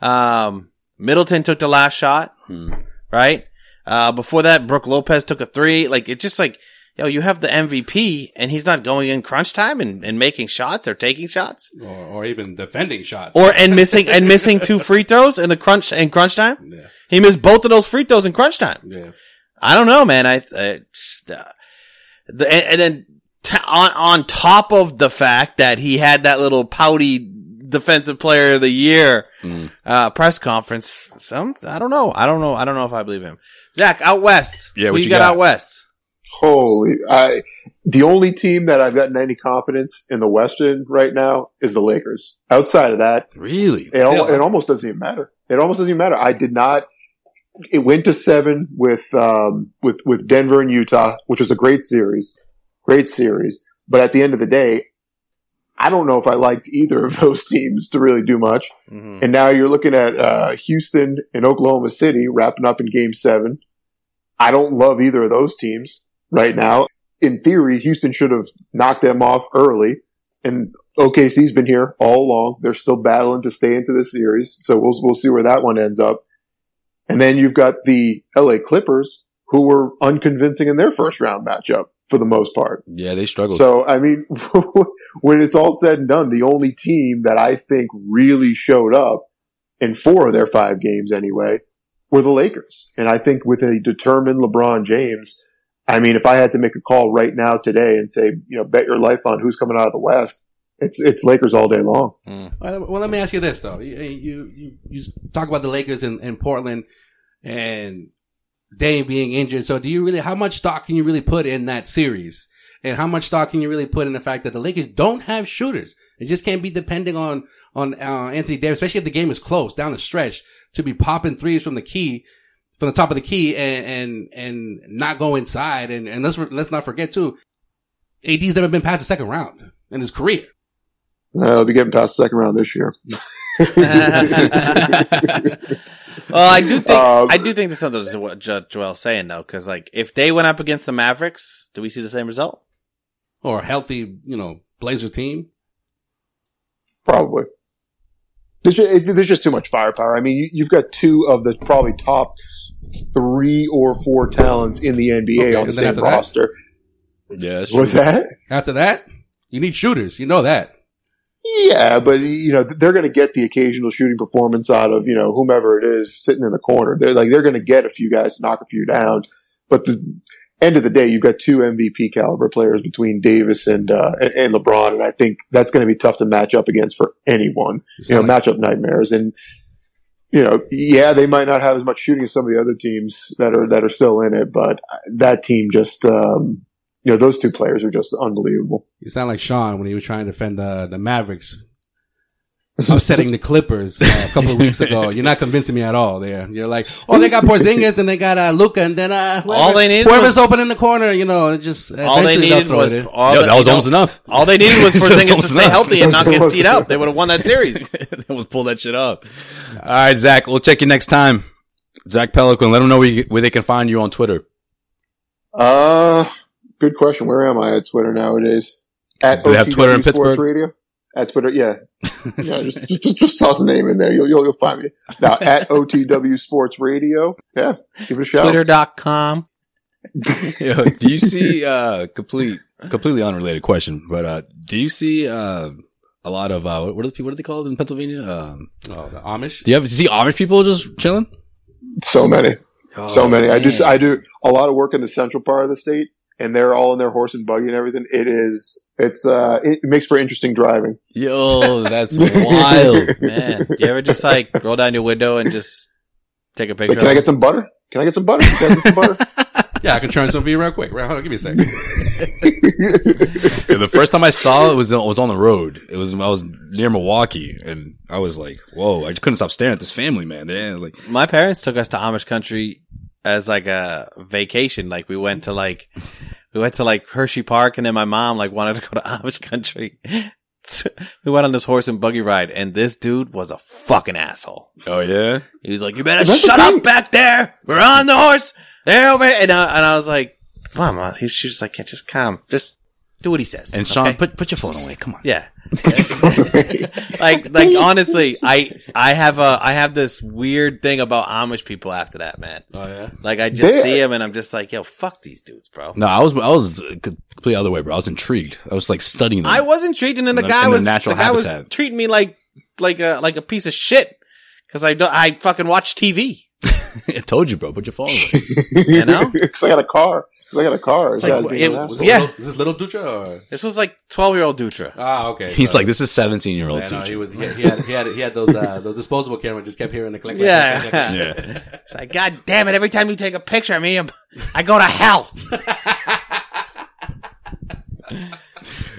Speaker 2: um, Middleton took the last shot
Speaker 1: Mm,
Speaker 2: right? Uh, before that, Brooke Lopez took a three. Like, it's just like, yo, you have the MVP and he's not going in crunch time and, and making shots or taking shots
Speaker 4: or, or even defending shots.
Speaker 2: or, and missing, and missing two free throws in the crunch, in crunch time.
Speaker 4: yeah,
Speaker 2: He missed both of those free throws in crunch time.
Speaker 4: yeah.
Speaker 2: I don't know, man. I, I just, uh, the, and, and then t- on, on top of the fact that he had that little pouty defensive player of the year,
Speaker 1: Mm.
Speaker 2: uh, press conference. Some, I don't know. I don't know. I don't know if I believe him. Zach, out west.
Speaker 1: Yeah,
Speaker 2: Who
Speaker 1: what
Speaker 2: you
Speaker 1: you
Speaker 2: got,
Speaker 1: got?
Speaker 2: out west?
Speaker 3: Holy, I the only team that I've gotten any confidence in the Western right now is the Lakers. Outside of that,
Speaker 1: Really?
Speaker 3: it, al-
Speaker 4: Still.
Speaker 3: it almost doesn't even matter. It almost doesn't even matter. I did not. It went to seven with um, with with Denver and Utah, which was a great series, great series. But at the end of the day, I don't know if I liked either of those teams to really do much.
Speaker 2: Mm-hmm.
Speaker 3: And now you're looking at uh, Houston and Oklahoma City wrapping up in Game Seven. I don't love either of those teams right now. In theory, Houston should have knocked them off early, and OKC's been here all along. They're still battling to stay into this series, so we'll we'll see where that one ends up. And then you've got the LA Clippers, who were unconvincing in their first round matchup for the most part.
Speaker 1: Yeah, they struggled.
Speaker 3: So, I mean, when it's all said and done, the only team that I think really showed up in four of their five games anyway were the Lakers. And I think with a determined LeBron James, I mean, if I had to make a call right now today and say, you know, bet your life on who's coming out of the West, it's, it's Lakers all day long.
Speaker 4: Well, well, let me ask you this though. You you you, you talk about the Lakers in, in Portland and Dame being injured. So do you really how much stock can you really put in that series? And how much stock can you really put in the fact that the Lakers don't have shooters? They just can't be depending on on uh, Anthony Davis, especially if the game is close down the stretch to be popping threes from the key from the top of the key and and and not go inside. And and let's let's not forget too, AD's never been past the second round in his career.
Speaker 3: Uh, they'll be getting past the second round this year.
Speaker 2: well, I do think
Speaker 3: Um,
Speaker 2: I do think there's something to what Judge Joel's saying though, because like if they went up against the Mavericks, do we see the same result?
Speaker 4: Or a healthy, you know, Blazer team.
Speaker 3: Probably. There's just, it, there's just too much firepower. I mean, you, you've got two of the probably top three or four talents in the NBA on
Speaker 4: Okay,
Speaker 3: the
Speaker 4: and then
Speaker 3: same
Speaker 4: after that?
Speaker 3: roster.
Speaker 1: Yeah, that's
Speaker 3: Was
Speaker 1: true.
Speaker 3: that?
Speaker 4: After that, you need shooters. You know that.
Speaker 3: Yeah, but you know they're going to get the occasional shooting performance out of you know whomever it is sitting in the corner. They're like they're going to get a few guys to knock a few down, but the end of the day, you've got two MVP caliber players between Davis and uh, and, and LeBron, and I think that's going to be tough to match up against for anyone.
Speaker 4: It's
Speaker 3: You know,
Speaker 4: not like-
Speaker 3: matchup nightmares, and you know, yeah, they might not have as much shooting as some of the other teams that are that are still in it, but that team just um, you know those two players are just unbelievable.
Speaker 4: You sound like Sean when he was trying to defend uh, the the Mavericks, upsetting the Clippers uh, a couple of weeks ago. You're not convincing me at all. There, you're like, oh, they got Porzingis and they got uh, Luca, and then uh, whoever,
Speaker 2: All they needed
Speaker 4: whoever's open in the corner, you know, it just uh,
Speaker 2: All they
Speaker 4: eventually they'll
Speaker 2: needed
Speaker 4: throw
Speaker 2: was
Speaker 4: it in.
Speaker 2: all
Speaker 1: Yo,
Speaker 2: the-
Speaker 1: that was
Speaker 2: you know,
Speaker 1: almost enough.
Speaker 2: All they needed was
Speaker 1: So it's
Speaker 2: Porzingis to
Speaker 1: almost
Speaker 2: stay
Speaker 1: enough.
Speaker 2: healthy and not
Speaker 3: It's
Speaker 2: get
Speaker 3: almost
Speaker 2: teed
Speaker 3: enough.
Speaker 2: up. They would have won that series.
Speaker 1: Let's pull that shit up. All right, Zach. We'll check you next time. Zach Pelican. Let them know where, you, where they can find you on Twitter.
Speaker 3: Uh, good question. Where am I at Twitter nowadays? At
Speaker 1: Do they have
Speaker 3: OTW
Speaker 1: Twitter in
Speaker 3: Sports
Speaker 1: Pittsburgh?
Speaker 3: Radio? At Twitter, yeah. yeah just, just, just, just toss a name in there. You'll, you'll, you'll find me. Now, at OTW Sports Radio. Yeah, give it a shout.
Speaker 2: Twitter.com.
Speaker 1: Yo, do you see uh complete completely unrelated question, but uh do you see uh a lot of uh what are the people what are they called in Pennsylvania? Um
Speaker 4: Oh, the Amish.
Speaker 1: do you ever see Amish people just chilling?
Speaker 3: So many.
Speaker 2: Oh,
Speaker 3: so many. I do,
Speaker 1: man.
Speaker 3: I do a lot of work in the central part of the state, and they're all in their horse and buggy and everything. It is, it's, uh, it makes for interesting driving.
Speaker 1: Yo, that's wild.
Speaker 2: Man, you ever just like roll down your window and just take a picture?
Speaker 3: Like, can
Speaker 2: of
Speaker 3: I
Speaker 2: it?
Speaker 3: get some butter? Can I get some butter? Can I get some butter?
Speaker 4: Yeah, I can turn some for you real quick. Right, hold on, give me a second.
Speaker 1: Yeah, the first time I saw it was it was on the road. It was I was near Milwaukee and I was like, Whoa, I just couldn't stop staring at this family, man. They had, like
Speaker 2: my parents took us to Amish country as like a vacation. Like we went to like we went to like Hershey Park, and then my mom like wanted to go to Amish country. So we went on this horse and buggy ride, and this dude was a fucking asshole.
Speaker 1: Oh yeah?
Speaker 2: He was like, "You better
Speaker 3: That's the
Speaker 2: shut up
Speaker 3: thing.
Speaker 2: back there. We're on the horse. They're over." here." And I, and I was like, "Mama," he was, she was like, "Can't just calm, just do what he says."
Speaker 1: And Sean,
Speaker 2: okay?"
Speaker 1: put put your phone away. Come on.
Speaker 2: Yeah. like like honestly, I I have a I have this weird thing about Amish people after that, man.
Speaker 4: Oh yeah.
Speaker 2: Like I just
Speaker 3: They-
Speaker 2: see him and I'm just like, yo, fuck these dudes, bro.
Speaker 1: No, I was I was uh, completely other way, bro. I was intrigued. I was like studying them.
Speaker 2: I was intrigued and then the
Speaker 1: In the-
Speaker 2: guy
Speaker 1: in the
Speaker 2: was
Speaker 1: natural
Speaker 2: the guy was
Speaker 1: habitat.
Speaker 2: treating me like like a like a piece of shit because I don't I fucking watch TV.
Speaker 1: I told you, bro. Put your phone away.
Speaker 2: You know?
Speaker 3: 'Cause I got a car. 'Cause I got a car. This
Speaker 2: like,
Speaker 3: guy's being
Speaker 2: it-
Speaker 3: an asshole.
Speaker 2: Yeah.
Speaker 4: Little, is this little Dutra or
Speaker 2: This was like twelve year old Dutra.
Speaker 4: ah okay?
Speaker 1: He's
Speaker 4: So-
Speaker 1: like, this is seventeen year old
Speaker 4: Yeah, no, he
Speaker 1: teacher.
Speaker 4: was he had he had he had, he had those uh, those disposable cameras just kept hearing the click. click,
Speaker 2: Yeah.
Speaker 4: click, click, click.
Speaker 1: Yeah,
Speaker 2: It's like, God damn it, every time you take a picture of me, I'm, I go to hell.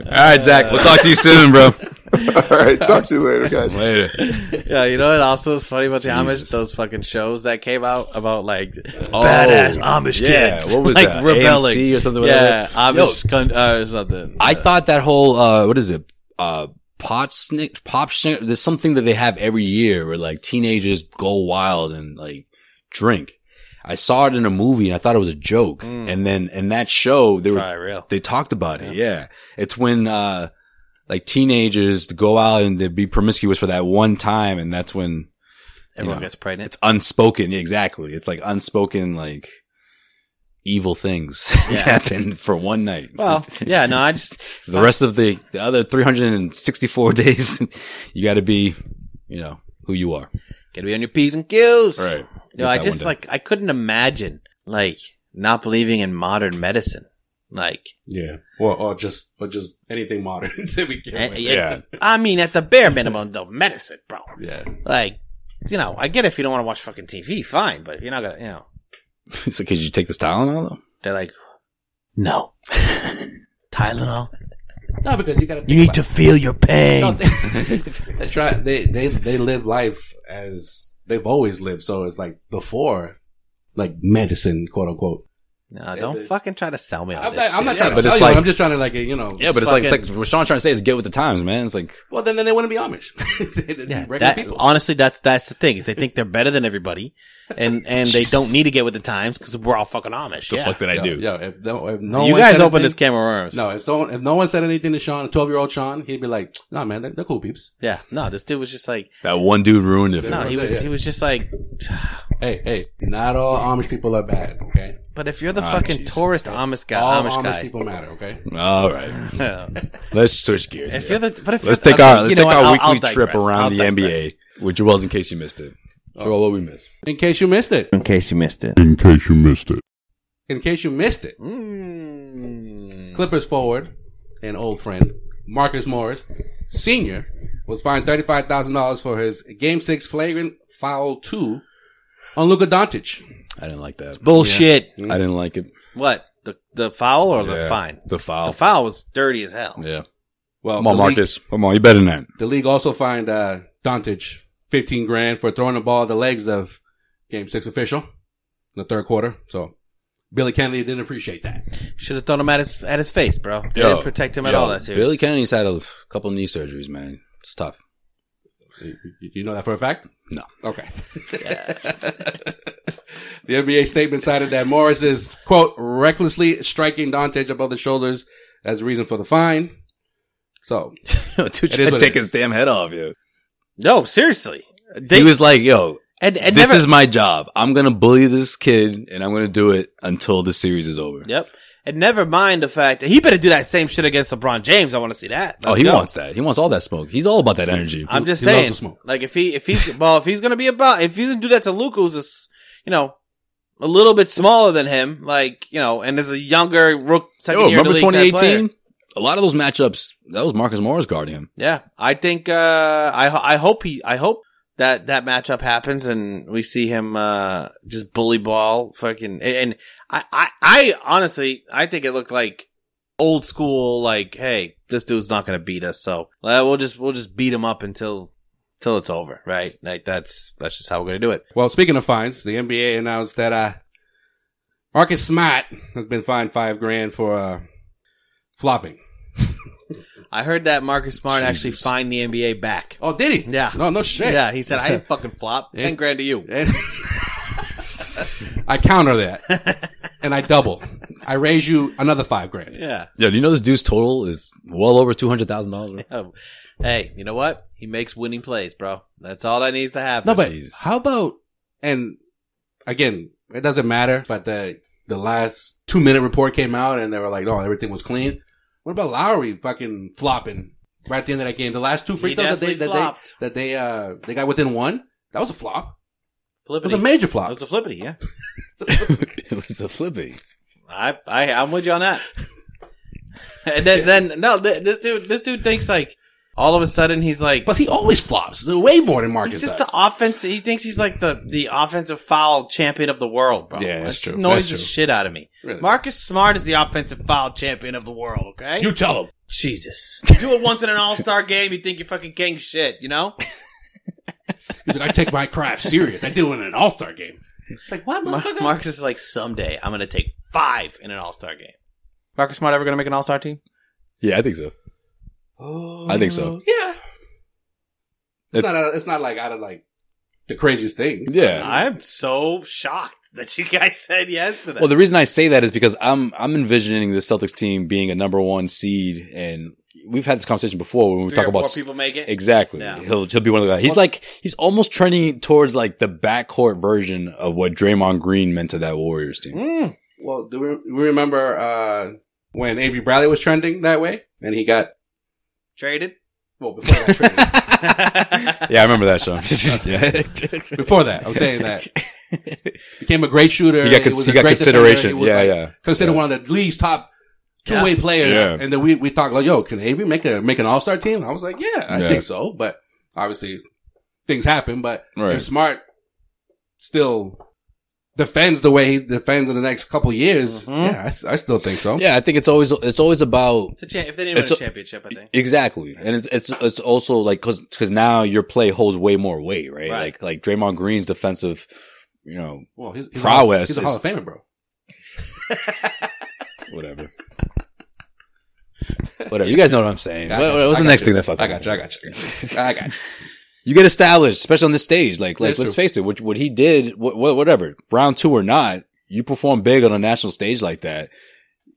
Speaker 1: All right, Zach. We'll talk to you soon, bro.
Speaker 3: All right. Talk to you later, guys.
Speaker 1: Later.
Speaker 2: Yeah, you know what also is funny about the Amish?
Speaker 1: Jesus.
Speaker 2: Those fucking shows that came out about like
Speaker 1: Oh,
Speaker 2: badass Amish
Speaker 1: yeah.
Speaker 2: kids.
Speaker 1: What was
Speaker 2: like
Speaker 1: that?
Speaker 2: Rebelling.
Speaker 1: AMC or something,
Speaker 2: Yeah,
Speaker 1: whatever.
Speaker 2: Amish con- uh, or something.
Speaker 1: I thought that whole uh, what is it? Uh, pot snick, pop snick. There's something that they have every year where like teenagers go wild and like drink. I saw it in a movie and I thought it was a joke. And then in that show, they were
Speaker 2: Probably real.
Speaker 1: They talked about it. Mm. Yeah. It's when, uh, like teenagers go out and they be promiscuous for that one time. And that's when
Speaker 2: Everyone
Speaker 1: Yeah.
Speaker 2: gets pregnant.
Speaker 1: it's unspoken. Yeah, exactly. It's like unspoken, like evil things happen for one night.
Speaker 2: well, yeah, no, I just
Speaker 1: the rest of the, the other 364 days, you got to be, you know, who you are.
Speaker 2: gotta be on your P's and Q's.
Speaker 1: Right.
Speaker 2: No,
Speaker 1: Get
Speaker 2: I
Speaker 1: that one
Speaker 2: just
Speaker 1: done.
Speaker 2: like I couldn't imagine like not believing in modern medicine. Like,
Speaker 4: Yeah, or or just or just anything modern that we
Speaker 2: eh,
Speaker 4: can.
Speaker 2: eh,
Speaker 4: with.
Speaker 1: Yeah.
Speaker 2: I mean, at the bare minimum, though, medicine, bro.
Speaker 4: Yeah,
Speaker 2: Like, you know, I get if you don't want to watch fucking TV, fine, but you're not gonna, you know.
Speaker 1: so could you take this Tylenol though?
Speaker 2: They're like, no. Tylenol.
Speaker 4: no, because you gotta.
Speaker 2: You need to feel your pain.
Speaker 4: No, they, they try. They they they live life as they've always lived. So it's like before like medicine, quote unquote.
Speaker 2: No, don't fucking try to sell me on
Speaker 4: I'm
Speaker 2: this.
Speaker 4: not, I'm not
Speaker 2: shit.
Speaker 4: trying to
Speaker 1: but
Speaker 4: sell
Speaker 1: it's
Speaker 4: you.
Speaker 1: like-
Speaker 4: I'm just trying to like you know.
Speaker 1: Yeah, but it's like, it's like what Sean's trying to say is get with the times, man. It's like
Speaker 4: well, then then they wouldn't be Amish. They'd be
Speaker 2: Yeah,
Speaker 4: regular
Speaker 2: that-
Speaker 4: people.
Speaker 2: honestly, that's that's the thing is they think they're better than everybody, and and they don't need to get with the times because we're all fucking Amish.
Speaker 1: the
Speaker 2: yeah.
Speaker 1: fuck did I
Speaker 4: Yo,
Speaker 1: do?
Speaker 4: yo, if no, if no
Speaker 2: you
Speaker 4: one
Speaker 2: guys
Speaker 4: said
Speaker 2: open
Speaker 4: anything-
Speaker 2: this can of worms.
Speaker 4: No, if someone, if no one said anything to Sean, twelve year old Sean, he'd be like, "Nah, man, they're, they're cool peeps."
Speaker 2: yeah, no, this dude was just like,
Speaker 1: That one dude ruined it. For
Speaker 2: no,
Speaker 1: me.
Speaker 2: he was
Speaker 4: yeah.
Speaker 2: he was just like,
Speaker 4: Hey, hey, not all Amish people are bad. Okay,
Speaker 2: but if you're the
Speaker 1: Ah,
Speaker 2: fucking
Speaker 1: jeez.
Speaker 2: tourist Amish guy,
Speaker 4: all
Speaker 2: Amish,
Speaker 4: Amish
Speaker 2: guy,
Speaker 4: people matter. Okay,
Speaker 1: All right, let's switch gears.
Speaker 2: if
Speaker 1: here.
Speaker 2: you're the, but if
Speaker 1: let's
Speaker 2: you're-
Speaker 1: take our
Speaker 2: you
Speaker 1: let's
Speaker 2: know
Speaker 1: take
Speaker 2: what,
Speaker 1: our
Speaker 2: I'll- I'll
Speaker 1: weekly trip
Speaker 2: digress.
Speaker 1: around
Speaker 2: I'll
Speaker 1: the
Speaker 2: digress.
Speaker 1: NBA with Joel's in case you missed it. Joel, what we missed?
Speaker 4: in case you missed it,
Speaker 2: In case you missed it,
Speaker 5: In case you missed it.
Speaker 4: in case you missed it,
Speaker 2: Mm.
Speaker 1: Mm.
Speaker 4: Clippers forward and old friend Marcus Morris Senior was fined thirty five thousand dollars for his Game Six flagrant foul two on Luka Doncic.
Speaker 1: I didn't like that.
Speaker 2: bullshit.
Speaker 1: I didn't like it.
Speaker 2: What the the foul or the
Speaker 1: Yeah,
Speaker 2: fine?
Speaker 1: The foul.
Speaker 2: The foul was dirty as hell.
Speaker 1: Yeah.
Speaker 4: Well,
Speaker 1: Come on,
Speaker 4: the league-
Speaker 1: Marcus. Come on, you better than that.
Speaker 4: The league also fined uh, Doncic fifteen grand for throwing the ball at the legs of Game Six official in the third quarter. So Billy Kennedy didn't appreciate that.
Speaker 2: Should have thrown him at his at his face, bro. They
Speaker 1: Yo,
Speaker 2: didn't protect him at
Speaker 1: yo,
Speaker 2: all. That series.
Speaker 1: Billy Kennedy's had a couple knee surgeries, man. It's tough.
Speaker 4: You- You know that for a fact?
Speaker 1: No.
Speaker 4: Okay. the NBA statement cited that Morris is quote recklessly striking Doncic above the shoulders as the reason for the fine. So
Speaker 1: Dude,
Speaker 4: is
Speaker 1: tried to
Speaker 4: what it
Speaker 1: take
Speaker 4: is.
Speaker 1: his damn head off, yo.
Speaker 2: No, seriously. They,
Speaker 1: he was like, yo,
Speaker 2: and, and
Speaker 1: this
Speaker 2: never-
Speaker 1: is my job. I'm going to bully this kid and I'm going to do it until the series is over.
Speaker 2: Yep. And never mind the fact that he better do that same shit against LeBron James. I want to see that.
Speaker 1: Oh,
Speaker 2: Let's
Speaker 1: he
Speaker 2: go.
Speaker 1: wants that. He wants all that smoke. He's all about that energy.
Speaker 2: I'm just
Speaker 4: He loves
Speaker 2: saying,
Speaker 4: to smoke.
Speaker 2: like if he if he's well, if he's gonna be about if he's gonna do that to Luka, who's a s you know a little bit smaller than him, like you know, and is a younger
Speaker 4: Oh,
Speaker 2: rook. Second
Speaker 1: Yo,
Speaker 2: year in the
Speaker 1: remember
Speaker 2: league type player.
Speaker 1: 2018? A lot of those matchups, that was Marcus Morris guarding him.
Speaker 2: Yeah, I think uh, I ho- I hope he I hope that that matchup happens and we see him uh, just bully ball fucking and, and I, I I honestly I think it looked like old school like hey this dude's not gonna beat us so uh, we'll just we'll just beat him up until till it's over right like that's that's just how we're gonna do it
Speaker 4: Well, speaking of fines, the NBA announced that uh, Marcus Smart has been fined five grand for uh, flopping.
Speaker 2: I heard that Marcus Smart actually
Speaker 1: Jesus.
Speaker 2: fined the NBA back
Speaker 4: Oh, did he?
Speaker 2: Yeah.
Speaker 4: No, no shit.
Speaker 2: yeah he said I didn't fucking flop ten grand to you
Speaker 4: I counter that, and I double. I raise you another five grand.
Speaker 2: yeah
Speaker 1: Yo, do you know this dude's total is well over $200,000?
Speaker 2: Oh, hey, you know what? He makes winning plays, bro. That's all that needs to happen.
Speaker 4: No, but
Speaker 1: Jeez.
Speaker 4: how about and again, it doesn't matter. But the the last two minute report came out, and they were like, "Oh, everything was clean." What about Lowry fucking flopping right at the end of that game? The last two free
Speaker 2: He
Speaker 4: throws that they
Speaker 2: definitely
Speaker 4: that
Speaker 2: flopped.
Speaker 4: they that they uh they got within one. That was a flop. It
Speaker 2: flippity.
Speaker 4: was a major flop.
Speaker 2: It was a flippity, yeah.
Speaker 1: it was a flippy.
Speaker 2: I, I, I'm with you on that. and then, then no, th- this dude, this dude thinks like all of a sudden he's like,
Speaker 4: but he always flops. Way more than Marcus
Speaker 2: he's just
Speaker 4: does.
Speaker 2: the offense. He thinks he's like the the offensive foul champion of the world, bro.
Speaker 4: Yeah, that's
Speaker 2: That
Speaker 4: true.
Speaker 2: just Annoys
Speaker 4: That's
Speaker 2: the
Speaker 4: true.
Speaker 2: shit out of me.
Speaker 4: Really.
Speaker 2: Marcus Smart is the offensive foul champion of the world. Okay,
Speaker 4: you tell him.
Speaker 2: Jesus, you do it once in an All Star game, you think you're fucking king shit, you know?
Speaker 4: He's like, I take my craft serious. I do it in an all star game. It's like what?
Speaker 2: Mar-
Speaker 4: motherfucker?
Speaker 2: Marcus is like, someday I'm going to take five in an All Star game. Marcus Smart ever going to make an All Star team?
Speaker 1: Yeah, I think so. I think so.
Speaker 4: Yeah. It's,
Speaker 1: It's-
Speaker 4: not. Out of, it's not like out of like the craziest things.
Speaker 1: Yeah.
Speaker 2: I'm so shocked that you guys said yes to that.
Speaker 1: Well, the reason I say that is because I'm I'm envisioning this Celtics team being a number one seed, and we've had this conversation before when we
Speaker 2: Three
Speaker 1: talk
Speaker 2: or
Speaker 1: about
Speaker 2: four
Speaker 1: s-
Speaker 2: people make it.
Speaker 1: exactly.
Speaker 2: Yeah.
Speaker 1: He'll he'll be one of the guys. He's like he's almost trending towards like the backcourt version of what Draymond Green meant to that Warriors team.
Speaker 2: Mm.
Speaker 4: Well, do we, we remember uh, when Avery Bradley was trending that way, and he got
Speaker 2: Traded.
Speaker 4: well before that. trending.
Speaker 1: Yeah, I remember that, Sean. yeah.
Speaker 4: before that, I'm saying that became a great shooter.
Speaker 1: He got cons-
Speaker 4: was
Speaker 1: he
Speaker 4: a
Speaker 1: got
Speaker 4: great
Speaker 1: consideration.
Speaker 4: defender. He was,
Speaker 1: Yeah, yeah.
Speaker 4: Considered
Speaker 1: Yeah.
Speaker 4: one of the league's top two way
Speaker 2: Yeah.
Speaker 4: players,
Speaker 1: Yeah.
Speaker 4: and then we we talked like, yo, can Avery make a make an all star team? I was like, yeah, I
Speaker 1: Yeah.
Speaker 4: think so, but obviously things happen. But
Speaker 1: Right.
Speaker 4: if Smart still defends the way he defends in the next couple years, yeah, I s- I, still think so.
Speaker 1: Mm-hmm. yeah, I think it's always it's always about
Speaker 2: It's a cha- if they didn't win
Speaker 1: It's
Speaker 2: a
Speaker 1: a-
Speaker 2: championship, I think.
Speaker 1: Exactly, and it's it's it's also like because now your play holds way more weight, right?
Speaker 2: Right.
Speaker 1: Like like Draymond Green's defensive you know,
Speaker 4: Well, he's, he's
Speaker 1: Prowess
Speaker 4: A,
Speaker 1: is-
Speaker 4: Hall- he's a Hall of Famer, bro.
Speaker 1: whatever. whatever. You guys know what I'm saying.
Speaker 4: I
Speaker 1: What,
Speaker 4: got you.
Speaker 1: what's
Speaker 4: I
Speaker 1: the
Speaker 4: got
Speaker 1: next
Speaker 4: you.
Speaker 1: thing that fucked
Speaker 4: I
Speaker 1: up?
Speaker 4: got you. I got you. I got you.
Speaker 1: You get established, especially on this stage. Like, like
Speaker 4: That's
Speaker 1: let's
Speaker 4: true.
Speaker 1: face it, what, what he did, what, what, whatever, round two or not, you perform big on a national stage like that.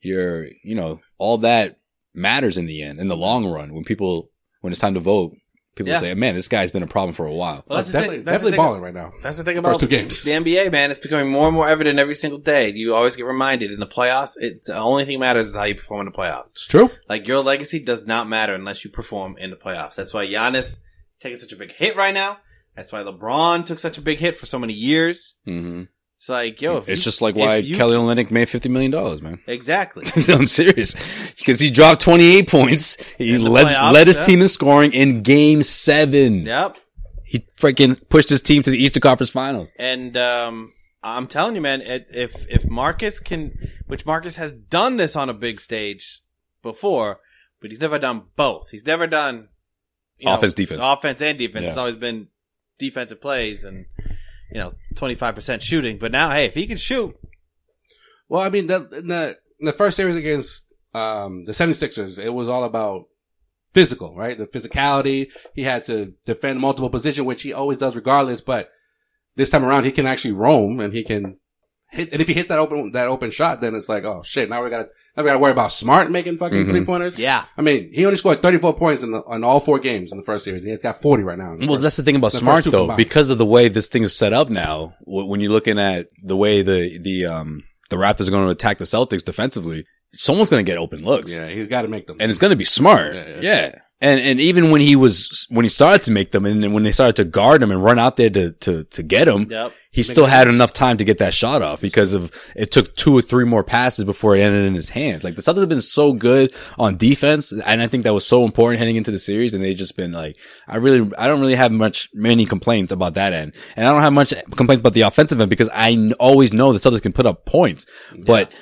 Speaker 1: You're, you know, all that matters in the end, in the long run. When people, when it's time to vote, people
Speaker 2: Yeah.
Speaker 1: say, man, this guy's been a problem for a while.
Speaker 2: Well, that's the
Speaker 4: definitely
Speaker 2: thing- that's the
Speaker 4: definitely
Speaker 2: thing-
Speaker 4: balling right now.
Speaker 2: That's the thing about
Speaker 4: First two games.
Speaker 2: The NBA, man, it's becoming more and more evident every single day. You always get reminded in the playoffs. It's the only thing matters is how you perform in the playoffs.
Speaker 4: It's true.
Speaker 2: Like your legacy does not matter unless you perform in the playoffs. That's why Giannis is taking such a big hit right now. That's why LeBron took such a big hit for so many years.
Speaker 1: Mm-hmm.
Speaker 2: It's like, yo, if
Speaker 1: It's
Speaker 2: you-
Speaker 1: just like why
Speaker 2: if you-
Speaker 1: Kelly Olynyk made $50 million, man.
Speaker 2: exactly.
Speaker 1: I'm serious because he dropped 28 points. He
Speaker 2: In the
Speaker 1: led,
Speaker 2: playoffs,
Speaker 1: led his
Speaker 2: yeah.
Speaker 1: team in scoring in game seven.
Speaker 2: yep.
Speaker 1: He freaking pushed his team to the Eastern Conference Finals.
Speaker 2: And um, I'm telling you, man, it, if if Marcus can, which Marcus has done this on a big stage before, but he's never done both. He's never done you
Speaker 1: Offense, defense.
Speaker 2: offense and defense.
Speaker 1: Yeah.
Speaker 2: It's always been defensive plays and you know 25 percent shooting. But now, hey, if he can shoot,
Speaker 4: Well, I mean, the, the, the first series against um, the 76ers, it was all about physical, right? The physicality. He had to defend multiple position, which he always does regardless. But this time around, he can actually roam and he can hit. And if he hits that open, that open shot, then it's like, oh shit, now we gotta, now we gotta worry about Smart making fucking
Speaker 1: Mhm.
Speaker 4: three pointers.
Speaker 2: yeah,
Speaker 4: I mean, he only scored 34 points in, the, on all four games in the first series. and He's got 40 right now. in the
Speaker 1: Well,
Speaker 4: first-
Speaker 1: that's the thing about
Speaker 4: the
Speaker 1: Smart
Speaker 4: first two
Speaker 1: though,
Speaker 4: combined.
Speaker 1: because of the way this thing is set up now. wh- When you're looking at the way the the um the Raptors are going to attack the Celtics defensively, someone's going to get open looks,
Speaker 4: yeah, he's got to make them.
Speaker 1: and it's going to be Smart.
Speaker 4: Yeah, yeah.
Speaker 1: And and even when he was when he started to make them, and then when they started to guard him and run out there to to to get him,
Speaker 2: yep,
Speaker 1: he still had enough time to get that shot off because of it took two or three more passes before it ended in his hands. Like the Celtics have been so good on defense, and I think that was so important heading into the series. And they've just been like, I really, I don't really have much many complaints about that end, and I don't have much complaints about the offensive end because I kn- always know the Celtics can put up points. But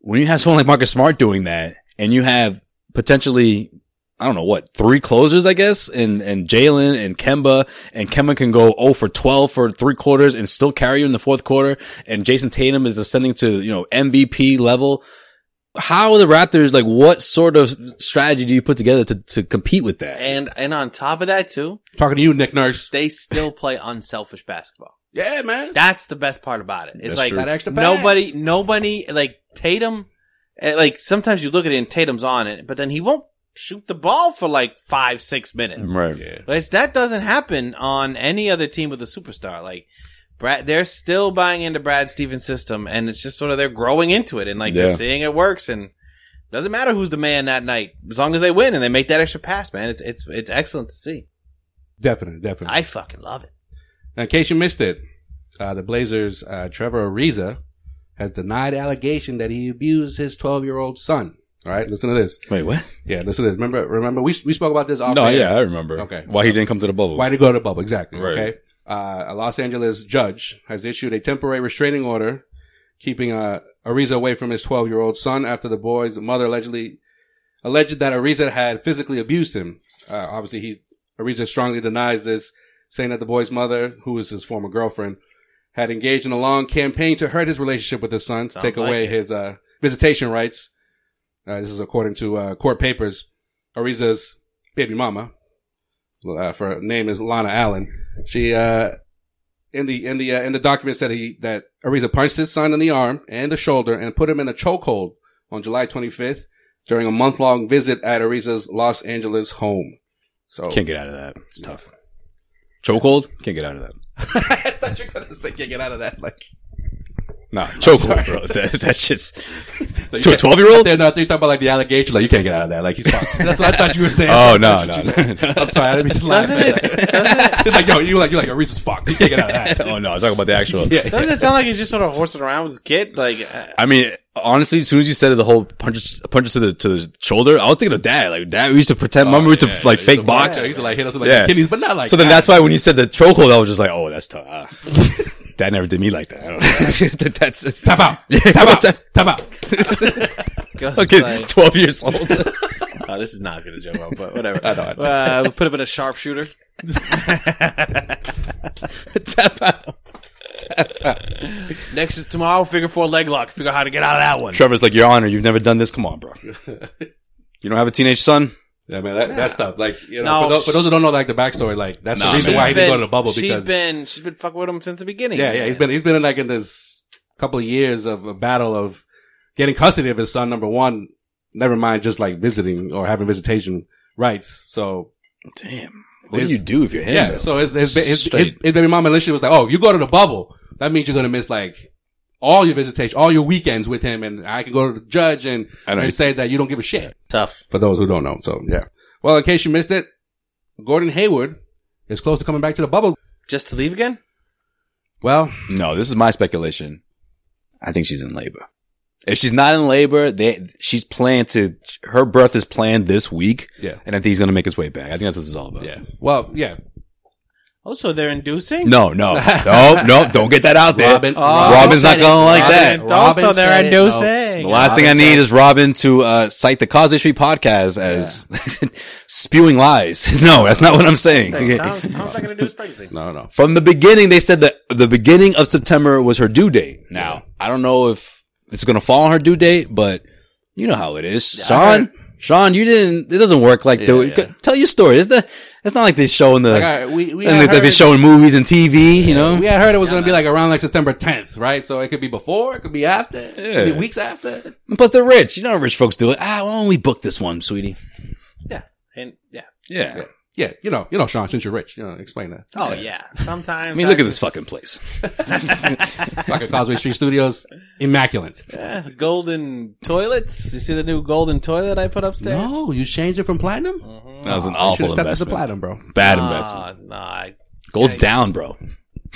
Speaker 1: when you have someone like Marcus Smart doing that, and you have potentially I don't know what three closers, I guess, and and Jalen and Kemba, and Kemba can go 0 for 12 for three quarters and still carry you in the fourth quarter. And Jason Tatum is ascending to you know MVP level. How are the Raptors like? What sort of strategy do you put together to to compete with that?
Speaker 2: and and on top of that too,
Speaker 4: Talking to you, Nick Nurse.
Speaker 2: they still play unselfish basketball.
Speaker 4: Yeah, man.
Speaker 2: That's the best part about it. It's
Speaker 1: That's
Speaker 2: like
Speaker 1: true.
Speaker 4: That extra pass.
Speaker 2: nobody, nobody like Tatum. eh, Like sometimes you look at it and Tatum's on it, but then he won't shoot the ball for like five, six minutes.
Speaker 1: right.
Speaker 2: But it's- that doesn't happen on any other team with a superstar. Like Brad, they're still buying into Brad Stevens' system, and it's just sort of they're growing into it, and like
Speaker 1: Yeah.
Speaker 2: they're seeing it works, and doesn't matter who's the man that night, as long as they win and they make that extra pass, man. It's it's it's excellent to see.
Speaker 4: Definitely, definitely.
Speaker 2: I fucking love it.
Speaker 4: Now, in case you missed it, uh, the Blazers' uh, Trevor Ariza has denied allegation that he abused his 12 year old son. All right, listen to this.
Speaker 1: Wait, what?
Speaker 4: Yeah, listen to this. Remember, remember, we we spoke about this. Off
Speaker 1: No,
Speaker 4: air.
Speaker 1: yeah, I remember.
Speaker 4: Okay.
Speaker 1: Why he didn't come to the bubble?
Speaker 4: Why to go to the bubble? Exactly.
Speaker 1: Right.
Speaker 4: Okay. Uh, a Los Angeles judge has issued a temporary restraining order keeping uh, Ariza away from his 12 year old son after the boy's mother allegedly alleged that Ariza had physically abused him. Uh, obviously, he Ariza strongly denies this, saying that the boy's mother, who is his former girlfriend, had engaged in a long campaign to hurt his relationship with his son to
Speaker 2: Sounds
Speaker 4: take
Speaker 2: like
Speaker 4: away
Speaker 2: it.
Speaker 4: his uh, visitation rights. Uh, this is according to uh, court papers. Ariza's baby mama, uh, for her name is Lana Allen. She uh, in the in the uh, in the document said he that Ariza punched his son in the arm and the shoulder and put him in a chokehold on July 25th during a month long visit at Ariza's Los Angeles home. So
Speaker 1: Can't get out of that. It's tough. Chokehold. Can't get out of that.
Speaker 4: I thought you were gonna say can't get out of that. Like
Speaker 1: Nah, chokehold, bro. That, that's just to a twelve year old.
Speaker 4: They're not. They're talking about like the allegation. Like you can't get out of that. Like he's fucked. That's what I thought you were saying.
Speaker 1: Oh, no,
Speaker 4: That's what
Speaker 1: no,
Speaker 4: you meant. I'm sorry. I didn't mean to lie.
Speaker 2: Doesn't it-
Speaker 4: It's like yo, you like you like Ariza's fucked. You can't get out of that.
Speaker 1: Oh no, I'm talking about the actual.
Speaker 2: Doesn't it sound like he's just sort of horsing around with his kid? Like, uh,
Speaker 1: I mean, honestly, as soon as you said it, the whole punches punches to the to the shoulder, I was thinking of dad. Like dad, we used to pretend. remember, we used to like fake box.
Speaker 4: Oh, Yeah, he used to like hit us with like
Speaker 1: Yeah.
Speaker 4: kidneys, but not like.
Speaker 1: so then that's why when you said the chokehold, I was just like, oh, that's tough. Ah. dad never did me like that. I don't know. that's
Speaker 4: tap out,
Speaker 1: Yeah,
Speaker 4: tap out,
Speaker 1: tap-
Speaker 4: tap out.
Speaker 2: goes
Speaker 1: okay.
Speaker 2: like-
Speaker 1: Twelve years old.
Speaker 2: Oh, this is not going to joke out, but whatever.
Speaker 4: I know, I know.
Speaker 2: Uh, we'll put him in a sharpshooter.
Speaker 1: Tap out.
Speaker 4: tap out.
Speaker 2: Next is tomorrow. Figure four leg lock. Figure out how to get out of that one.
Speaker 1: Trevor's like, Your Honor, you've never done this. Come on, bro. You don't have a teenage son?
Speaker 4: Yeah, man, that, that stuff. Like, you
Speaker 2: No,
Speaker 4: know, for, those, for those who don't know, like the backstory, like that's
Speaker 1: Nah,
Speaker 4: the reason
Speaker 1: man.
Speaker 4: why he
Speaker 2: She's
Speaker 4: didn't go
Speaker 2: been-
Speaker 4: to the bubble because
Speaker 2: she's been she's been fucking with him since the beginning.
Speaker 4: yeah, yeah, he's been he's been in like in this couple of years of a battle of getting custody of his son. Number one, never mind just like visiting or having visitation rights. So
Speaker 1: Damn. What do
Speaker 4: It's-
Speaker 1: you do if you're him?
Speaker 4: yeah,
Speaker 1: though?
Speaker 4: so his his, his, his, his,
Speaker 1: Straight.
Speaker 4: baby mama literally was like, "Oh, if you go to the bubble, that means you're gonna miss like." All your visitation, all your weekends with him, and I can go to the judge and,
Speaker 1: I know.
Speaker 4: and say that you don't give a shit
Speaker 2: tough.
Speaker 4: for those who don't know. So yeah. Well, in case you missed it, Gordon Hayward is close to coming back to the bubble.
Speaker 2: Just to leave again?
Speaker 4: Well,
Speaker 1: No, this is my speculation. I think she's in labor. If she's not in labor, they she's planned to her birth is planned this week.
Speaker 4: Yeah.
Speaker 1: And I think he's gonna make his way back. I think that's what this is all about.
Speaker 4: yeah. Well, yeah.
Speaker 2: Oh, so they're inducing?
Speaker 1: No, no, no, no! Don't get that out there.
Speaker 4: Robin- oh,
Speaker 1: Robin's
Speaker 4: Robin
Speaker 1: not
Speaker 4: said
Speaker 1: gonna
Speaker 4: it.
Speaker 1: like
Speaker 4: Robin-
Speaker 1: that.
Speaker 2: Don't, Oh, so they're
Speaker 4: said it.
Speaker 2: inducing.
Speaker 1: The last thing I need is Robin to uh, cite the Causeway Street podcast as spewing lies. No, that's not what I'm saying.
Speaker 2: sounds, sounds like an induced pregnancy.
Speaker 4: No, no.
Speaker 1: From the beginning, they said that the beginning of September was her due date. Now, I don't know if it's going to fall on her due date, but you know how it is. Sean, Sean, you didn't, it doesn't work like the, tell your story. It's the, it's not like they show in the,
Speaker 4: Like, I, we, we
Speaker 1: and
Speaker 4: had
Speaker 1: like they've been
Speaker 4: heard,
Speaker 1: showing movies and TV, you know?
Speaker 4: we had heard it was going to be like around like September 10th, right? So it could be before, it could be after, it could
Speaker 1: Yeah.
Speaker 4: be weeks after.
Speaker 1: And Plus they're rich. You know how rich folks do it. Ah, why don't we book this one, sweetie?
Speaker 2: Yeah. And yeah.
Speaker 1: Yeah.
Speaker 4: Yeah, you know, you know, Sean, since you're rich, you know, explain that.
Speaker 2: Oh yeah. Sometimes
Speaker 1: I mean, look at this
Speaker 2: just-
Speaker 1: fucking place.
Speaker 4: Fucking Causeway Street Studios, immaculate.
Speaker 2: Yeah, golden toilets. You see the new golden toilet I put upstairs?
Speaker 4: No, you changed it from platinum? You
Speaker 1: That was an
Speaker 4: should
Speaker 1: awful
Speaker 4: have stepped to the Ah,
Speaker 1: investment.
Speaker 4: platinum, bro.
Speaker 1: Bad investment.
Speaker 2: Nah, Ah, nah, I-
Speaker 1: Gold's down, bro.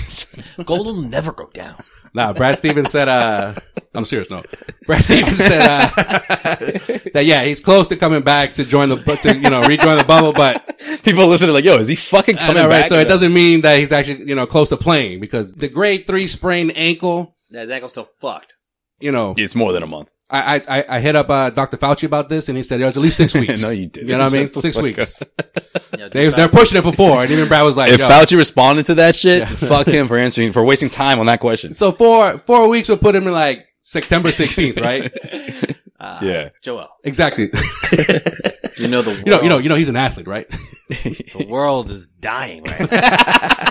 Speaker 2: gold will never go down.
Speaker 4: Nah, Brad Stevens said, uh, I'm serious, no. Brad Stevens said, uh, that yeah, he's close to coming back to join the, bu- to, you know, rejoin the bubble, but
Speaker 1: People listening like, yo, is he fucking coming
Speaker 4: I know, right?
Speaker 1: back?
Speaker 4: So it doesn't mean that he's actually, you know, close to playing because the grade three sprained ankle,
Speaker 2: Yeah, His ankle's still fucked.
Speaker 4: you know,
Speaker 1: It's more than a month.
Speaker 4: I, I, I- I hit up, uh, Dr. Fauci about this and he said it was at least six weeks.
Speaker 1: No, you didn't.
Speaker 4: You know what I mean?
Speaker 1: Shut the
Speaker 4: Six
Speaker 1: fuck
Speaker 4: weeks.
Speaker 2: Yeah,
Speaker 4: They, they're pushing it for four. And even Brad was like,
Speaker 1: If
Speaker 4: Yo.
Speaker 1: Fauci responded to that shit, fuck him for answering, for wasting time on that question.
Speaker 4: so four, four weeks would put him in like September 16th, right?
Speaker 2: uh,
Speaker 1: Yeah.
Speaker 2: Joel.
Speaker 4: exactly.
Speaker 2: You know the world,
Speaker 4: You know, you know, you know, he's an athlete, right?
Speaker 2: the world is dying right now.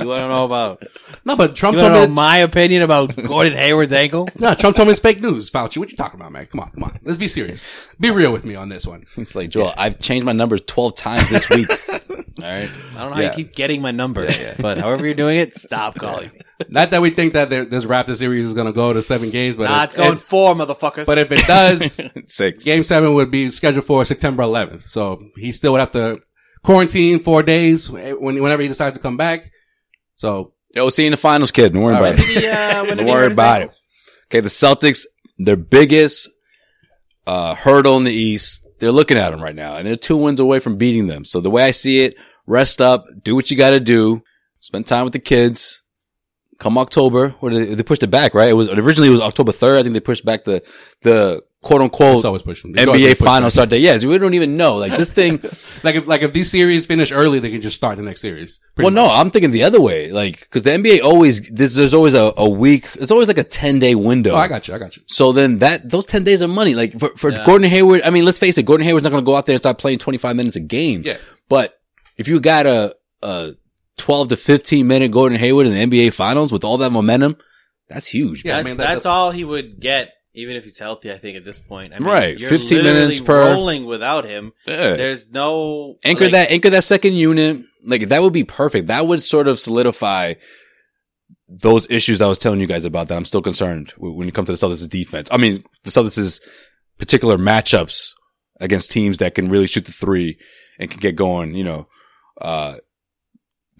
Speaker 2: you want to know about?
Speaker 4: No, but Trump
Speaker 2: You want to
Speaker 4: told
Speaker 2: know
Speaker 4: me, that-
Speaker 2: my opinion about Gordon Hayward's ankle?
Speaker 4: no, Trump told me it's fake news. Fauci, what you talking about, man? Come on, come on. Let's be serious. Be real with me on this one.
Speaker 1: It's like, Joel, I've changed my numbers 12 times this week. All right.
Speaker 2: I don't know how
Speaker 4: Yeah.
Speaker 2: you keep getting my number, but however you're doing it, stop calling me.
Speaker 4: Not that we think that there- this Raptor series is going to go to seven games, but
Speaker 2: Nah,
Speaker 4: it-
Speaker 2: it's going
Speaker 4: it-
Speaker 2: four, motherfuckers.
Speaker 4: But if it does,
Speaker 1: Six.
Speaker 4: game seven would be scheduled for September 11th. So he still would have to quarantine four days when, whenever he decides to come back. So
Speaker 1: Yo, see you in the finals, kid. Don't worry
Speaker 4: All
Speaker 1: about
Speaker 4: right.
Speaker 1: it.
Speaker 2: yeah,
Speaker 1: Don't worry about it. Okay. The Celtics, their biggest, uh, hurdle in the East, they're looking at them right now and they're two wins away from beating them. So the way I see it, rest up, do what you got to do, spend time with the kids. Come October, what did they, they pushed it back, right? It was originally it was October 3rd. I think they pushed back the, the quote unquote
Speaker 4: it's always pushing
Speaker 1: NBA final start date. Yes. We don't even know. Like this thing.
Speaker 4: Like if like if these series finish early, they can just start the next series.
Speaker 1: well, no, I'm thinking the other way. Like, because the NBA always there's, there's always a, a week. It's always like a ten day window.
Speaker 4: Oh, I got you. I got you.
Speaker 1: So then that those ten days are money. Like for, for Gordon Hayward, I mean, let's face it, Gordon Hayward's not going to go out there and start playing 25 minutes a game.
Speaker 4: Yeah.
Speaker 1: But if you got a a 12 to 15 minute Gordon Hayward in the NBA Finals with all that momentum, that's huge.
Speaker 4: Yeah,
Speaker 1: man.
Speaker 4: I mean, that-
Speaker 2: that's
Speaker 4: that-
Speaker 2: all he would get, even if he's healthy. I think at this point, I mean,
Speaker 1: Right,
Speaker 2: you're
Speaker 1: 15
Speaker 2: literally
Speaker 1: minutes per-
Speaker 2: rolling without him.
Speaker 1: Yeah.
Speaker 2: There's no
Speaker 1: anchor
Speaker 2: like,
Speaker 1: that anchor that second unit. Like that would be perfect. That would sort of solidify those issues I was telling you guys about that I'm still concerned w- when it comes to the Celtics' defense. I mean, the Celtics' particular matchups against teams that can really shoot the three and can get going. You know, uh,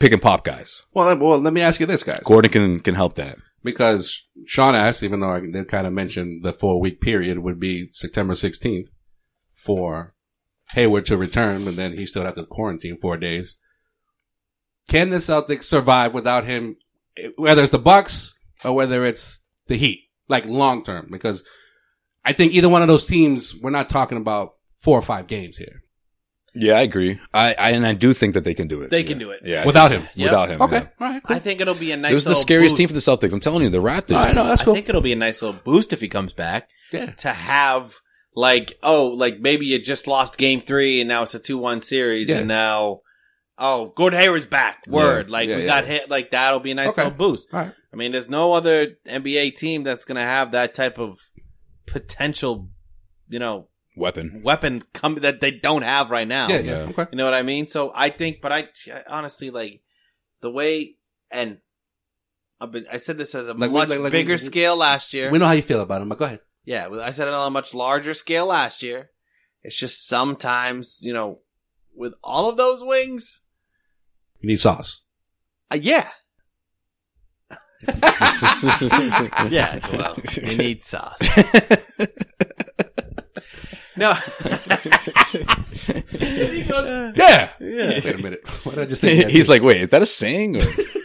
Speaker 1: pick and pop guys.
Speaker 4: Well, let- well, let me ask you this, guys.
Speaker 1: Gordon can can help that.
Speaker 4: Because Sean asked, even though I did kind of mention the four week period would be September 16th for Hayward to return, and then he still have to quarantine four days. Can the Celtics survive without him? Whether it's the Bucks or whether it's the Heat, like long term, because I think either one of those teams, we're not talking about four or five games here.
Speaker 1: Yeah, I agree. I, I and I do think that they can do it.
Speaker 2: They can
Speaker 1: Yeah.
Speaker 2: do it.
Speaker 1: Yeah, I
Speaker 4: Without
Speaker 1: do.
Speaker 4: him.
Speaker 2: Yep.
Speaker 1: Without him.
Speaker 4: Okay.
Speaker 1: yeah.
Speaker 4: All right. Cool.
Speaker 2: I think it'll be a nice.
Speaker 1: This is the
Speaker 2: little
Speaker 1: scariest
Speaker 2: boost.
Speaker 1: team for the Celtics. I'm telling you, the Raptors.
Speaker 4: I know. That's
Speaker 2: I
Speaker 4: cool.
Speaker 2: think it'll be a nice little boost if he comes back
Speaker 4: yeah.
Speaker 2: to have like oh like maybe you just lost game three and now it's a two one series
Speaker 4: Yeah.
Speaker 2: and now oh Gordon Hayward's back word
Speaker 1: Yeah.
Speaker 2: like
Speaker 1: Yeah,
Speaker 2: we
Speaker 1: yeah.
Speaker 2: got hit like that'll be a nice
Speaker 4: Okay.
Speaker 2: little boost.
Speaker 4: All right.
Speaker 2: I mean, there's no other NBA team that's gonna have that type of potential, you know,
Speaker 1: Weapon.
Speaker 2: weapon come that they don't have right now.
Speaker 4: Yeah. Yeah.
Speaker 1: yeah.
Speaker 4: Okay.
Speaker 2: You know what I mean? So I think, but I, I honestly like the way, and I've been, I said this as a
Speaker 4: Like, we-
Speaker 2: much
Speaker 4: like- like we-
Speaker 2: bigger
Speaker 4: we-
Speaker 2: scale last year.
Speaker 4: We know how you feel about him, but go ahead.
Speaker 2: yeah, well, I said it on a much larger scale last year. It's just sometimes, you know, with all of those wings,
Speaker 4: You need sauce.
Speaker 2: uh, yeah, yeah, well, you need sauce. no,
Speaker 4: Yeah.
Speaker 2: yeah.
Speaker 4: Wait a minute. What did I just say?
Speaker 1: He's like, wait, is that a saying? Or,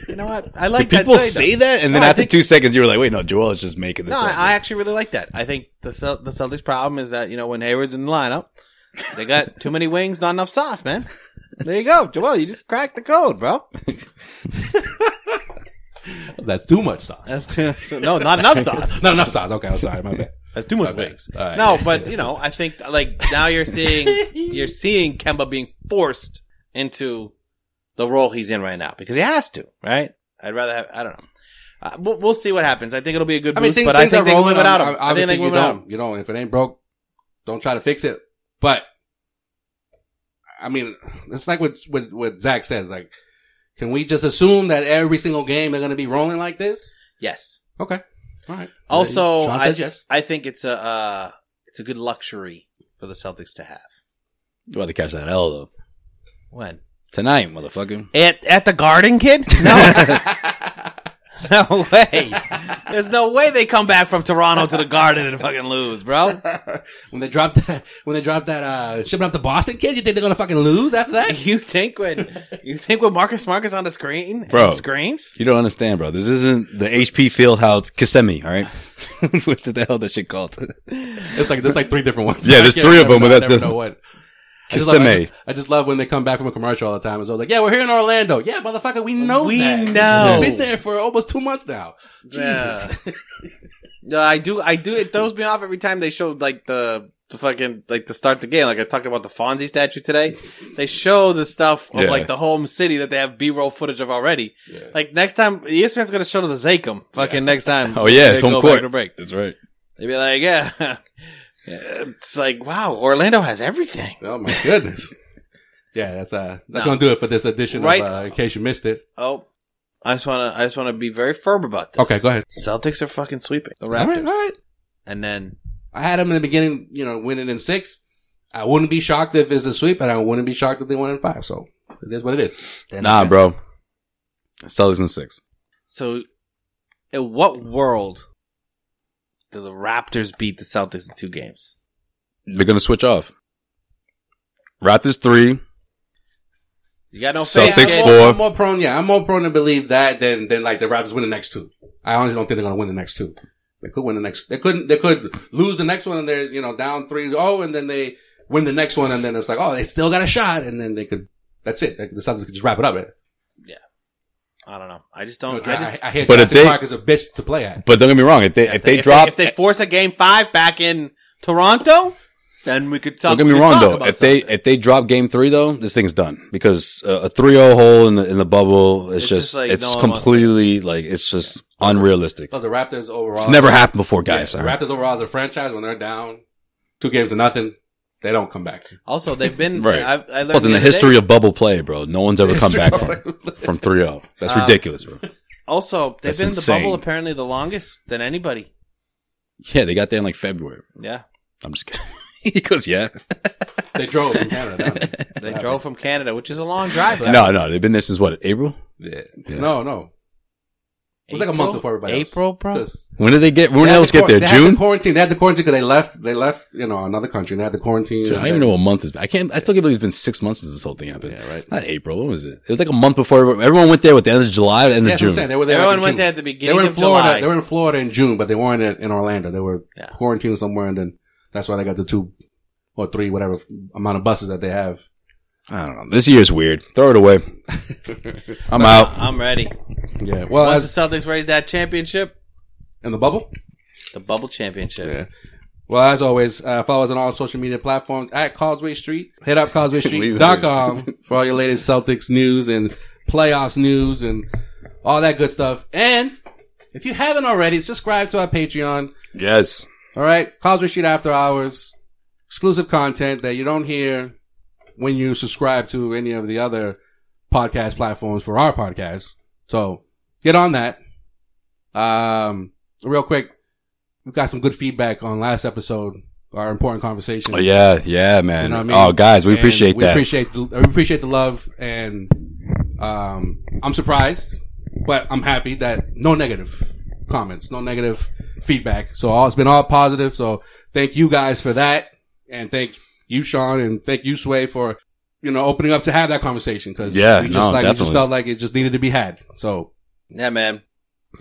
Speaker 2: You know what? I like
Speaker 1: do people
Speaker 2: that side,
Speaker 1: say
Speaker 2: though.
Speaker 1: that, and then
Speaker 2: No, I
Speaker 1: after
Speaker 2: think-
Speaker 1: two seconds, you were like, wait, no, Joel is just making this
Speaker 2: No,
Speaker 1: up.
Speaker 2: I, I actually really like that. I think the Cel- the Celtics' problem is that you know when Hayward's in the lineup, they got too many wings, not enough sauce, man. There you go, Joel. You just cracked the code, bro.
Speaker 4: That's too much sauce.
Speaker 2: That's too, so- no, not enough sauce.
Speaker 4: Not enough sauce. Okay, I'm sorry. My bad.
Speaker 2: That's too much
Speaker 4: Okay.
Speaker 2: wings.
Speaker 4: All right.
Speaker 2: No, but you know, I think like now you're seeing you're seeing Kemba being forced into the role he's in right now because he has to, right? I'd rather have. I don't know. Uh, we'll, we'll see what happens. I think it'll be a good
Speaker 4: I
Speaker 2: boost,
Speaker 4: mean, things,
Speaker 2: but I
Speaker 4: things
Speaker 2: think
Speaker 4: are
Speaker 2: they can
Speaker 4: rolling.
Speaker 2: live without him. I think
Speaker 4: Obviously,
Speaker 2: they can
Speaker 4: you
Speaker 2: live without him.
Speaker 4: don't. You don't. If it ain't broke, don't try to fix it. But I mean, it's like what what, what Zach said. Like, can we just assume that every single game they're going to be rolling like this?
Speaker 2: Yes.
Speaker 4: Okay. All right.
Speaker 2: Also,
Speaker 4: Sean
Speaker 2: I-
Speaker 4: says yes.
Speaker 2: I think it's a uh, it's a good luxury for the Celtics to have.
Speaker 1: You about to catch that L though
Speaker 2: When
Speaker 1: tonight, motherfucker.
Speaker 2: at at the Garden, kid? No, no way. There's no way they come back from Toronto to the Garden and fucking lose, bro.
Speaker 4: when they drop that, when they drop that, uh, shipping up to Boston, kid, you think they're going to fucking lose after that?
Speaker 2: You think when you think when Marcus Marcus on the screen and
Speaker 1: Bro.
Speaker 2: screams?
Speaker 1: You don't understand, bro. This isn't the HP Fieldhouse Kissimmee, all right? What's the hell that shit called?
Speaker 4: It's like there's like three different ones.
Speaker 1: Yeah, there's
Speaker 4: I can't
Speaker 1: three of them,
Speaker 4: remember-
Speaker 1: but
Speaker 4: I
Speaker 1: that's
Speaker 4: never
Speaker 1: the-
Speaker 4: know what. I just, love, I,
Speaker 1: Kissimmee.
Speaker 4: just, I just love when they come back from a commercial all the time. It's always like, yeah, we're here in Orlando. Yeah, motherfucker, we know
Speaker 2: We
Speaker 4: that.
Speaker 2: know.
Speaker 4: We've been there for almost two months now. Jesus.
Speaker 2: No, I do. I do. It throws me off every time they show like the the fucking like to start the game. Like I talked about the Fonzie statue today. They show the stuff of
Speaker 1: Yeah.
Speaker 2: like the home city that they have B roll footage of already. Like next time, E ESPN's gonna show the Zakem fucking next time.
Speaker 1: Oh yeah, it's
Speaker 2: they
Speaker 1: home
Speaker 2: go back
Speaker 1: court.
Speaker 2: to break.
Speaker 1: That's right.
Speaker 2: They'd be like, yeah. Yeah, It's like wow, Orlando has everything.
Speaker 4: Oh my goodness. yeah, that's uh, that's
Speaker 2: No.
Speaker 4: gonna do it for this edition.
Speaker 2: Right.
Speaker 4: Of, uh, in case you missed it.
Speaker 2: Oh, I just wanna, I just wanna be very firm about this.
Speaker 4: Okay, go ahead.
Speaker 2: Celtics are fucking sweeping the
Speaker 4: All
Speaker 2: Raptors,
Speaker 4: right, all right.
Speaker 2: and then
Speaker 4: I had them in the beginning, you know, winning in six. I wouldn't be shocked if it's a sweep, and I wouldn't be shocked if they won in five. So it is what it is.
Speaker 1: Nah, bro. Celtics in six.
Speaker 2: So, in what world do the Raptors beat the Celtics in two games?
Speaker 1: They're gonna switch off. Raptors three.
Speaker 2: You got no
Speaker 1: Celtics
Speaker 2: faith.
Speaker 4: I'm
Speaker 2: kid.
Speaker 4: more,
Speaker 1: four.
Speaker 4: I'm more prone, yeah, I'm more prone to believe that than than like the Raptors win the next two. I honestly don't think they're gonna win the next two. They could win the next. They couldn't. They could lose the next one, and they're you know down three oh, and then they win the next one, and then it's like oh, they still got a shot, and then they could. That's it. The Celtics could just wrap it up.
Speaker 2: I don't know. I just
Speaker 4: I,
Speaker 2: don't. I just,
Speaker 4: I, I hear
Speaker 1: But
Speaker 4: but
Speaker 1: if
Speaker 4: Jackson
Speaker 1: they-
Speaker 4: Park is a bitch to play at.
Speaker 1: But don't get me wrong. If they if they
Speaker 2: if
Speaker 1: drop,
Speaker 2: if they force a game five back in Toronto, then we could talk.
Speaker 1: don't get
Speaker 2: we
Speaker 1: me
Speaker 2: could
Speaker 1: wrong
Speaker 2: talk
Speaker 1: though.
Speaker 2: about
Speaker 1: If they
Speaker 2: something.
Speaker 1: if they drop game three though, this thing's done because uh, a 3-0 hole in the in the bubble. It's,
Speaker 2: It's
Speaker 1: just,
Speaker 2: just like no
Speaker 1: it's
Speaker 2: one wants to-
Speaker 1: completely like it's just unrealistic.
Speaker 4: So the Raptors overall,
Speaker 1: It's never happened before, guys.
Speaker 4: Yeah,
Speaker 1: all
Speaker 4: the
Speaker 1: right?
Speaker 4: Raptors overall as a franchise, when they're down two games to nothing, they don't come back.
Speaker 2: also they've been
Speaker 1: Right.
Speaker 2: I, I learned
Speaker 1: Well, it's in the
Speaker 2: other day-
Speaker 1: history of bubble play, bro. No one's ever come
Speaker 4: History
Speaker 1: back
Speaker 4: of
Speaker 1: from
Speaker 4: bubble
Speaker 1: from 3-0. That's ridiculous, bro.
Speaker 2: Also, they've
Speaker 1: That's
Speaker 2: been
Speaker 1: insane.
Speaker 2: in the bubble apparently the longest than anybody.
Speaker 1: Yeah, they got there in like February.
Speaker 2: Yeah,
Speaker 1: I'm just kidding. he goes, yeah.
Speaker 4: They drove from Canada down.
Speaker 2: they drove from Canada, which is a long drive.
Speaker 1: No, no, they've been there since what? April.
Speaker 4: there. Yeah. No, no. It was like a month before everybody. else.
Speaker 2: April, bro.
Speaker 4: 'Cause
Speaker 1: When did they get?
Speaker 4: they
Speaker 1: When
Speaker 4: had
Speaker 1: else
Speaker 4: to
Speaker 1: get there?
Speaker 4: quar- They had
Speaker 1: June.
Speaker 4: to quarantine. They had the quarantine because they left. They left, you know, another country. and They had the quarantine.
Speaker 1: Dude, I don't even know what month is. I can't. I still can't believe it's been six months since this whole thing happened.
Speaker 4: Yeah, right.
Speaker 1: Not April. What was it? It was like a month before everyone went there. With the end of July, the end
Speaker 4: Yeah,
Speaker 1: of
Speaker 4: that's what I'm
Speaker 1: June.
Speaker 4: saying. They were there
Speaker 2: Everyone
Speaker 4: in
Speaker 2: went
Speaker 4: June.
Speaker 2: there at the beginning
Speaker 4: They were in
Speaker 2: of
Speaker 4: Florida.
Speaker 2: July.
Speaker 4: They were in Florida in June, but they weren't in, in Orlando. They were
Speaker 2: Yeah.
Speaker 4: quarantined somewhere, and then that's why they got the two or three, whatever amount of buses that they have
Speaker 1: I don't know. This year's weird. Throw it away. I'm out.
Speaker 2: I'm ready.
Speaker 4: Yeah. Well,
Speaker 2: Once
Speaker 4: as-
Speaker 2: the Celtics raise that championship,
Speaker 4: in the bubble.
Speaker 2: the bubble championship.
Speaker 4: Yeah. Well, as always, uh, follow us on all social media platforms at Causeway Street. Hit up causewaystreet.com for all your latest Celtics news and playoffs news and all that good stuff. And if you haven't already, subscribe to our Patreon.
Speaker 1: Yes.
Speaker 4: All right. Causeway Street After Hours, exclusive content that you don't hear when you subscribe to any of the other podcast platforms for our podcast. So get on that. Um, real quick, we got some good feedback on last episode, our important conversation.
Speaker 1: Oh, yeah, yeah, man.
Speaker 4: You know what I mean?
Speaker 1: Oh, guys, we
Speaker 4: And
Speaker 1: appreciate
Speaker 4: We
Speaker 1: that.
Speaker 4: appreciate the, we appreciate the love, and um, I'm surprised, but I'm happy that no negative comments, no negative feedback. So all, it's been all positive. So thank you guys for that, and thank you, Sean, and thank you, Sway, for you know opening up to have that conversation because
Speaker 1: Yeah,
Speaker 4: we just
Speaker 1: no,
Speaker 4: like we just
Speaker 1: definitely.
Speaker 4: felt like it just needed to be had. So
Speaker 2: Yeah, man.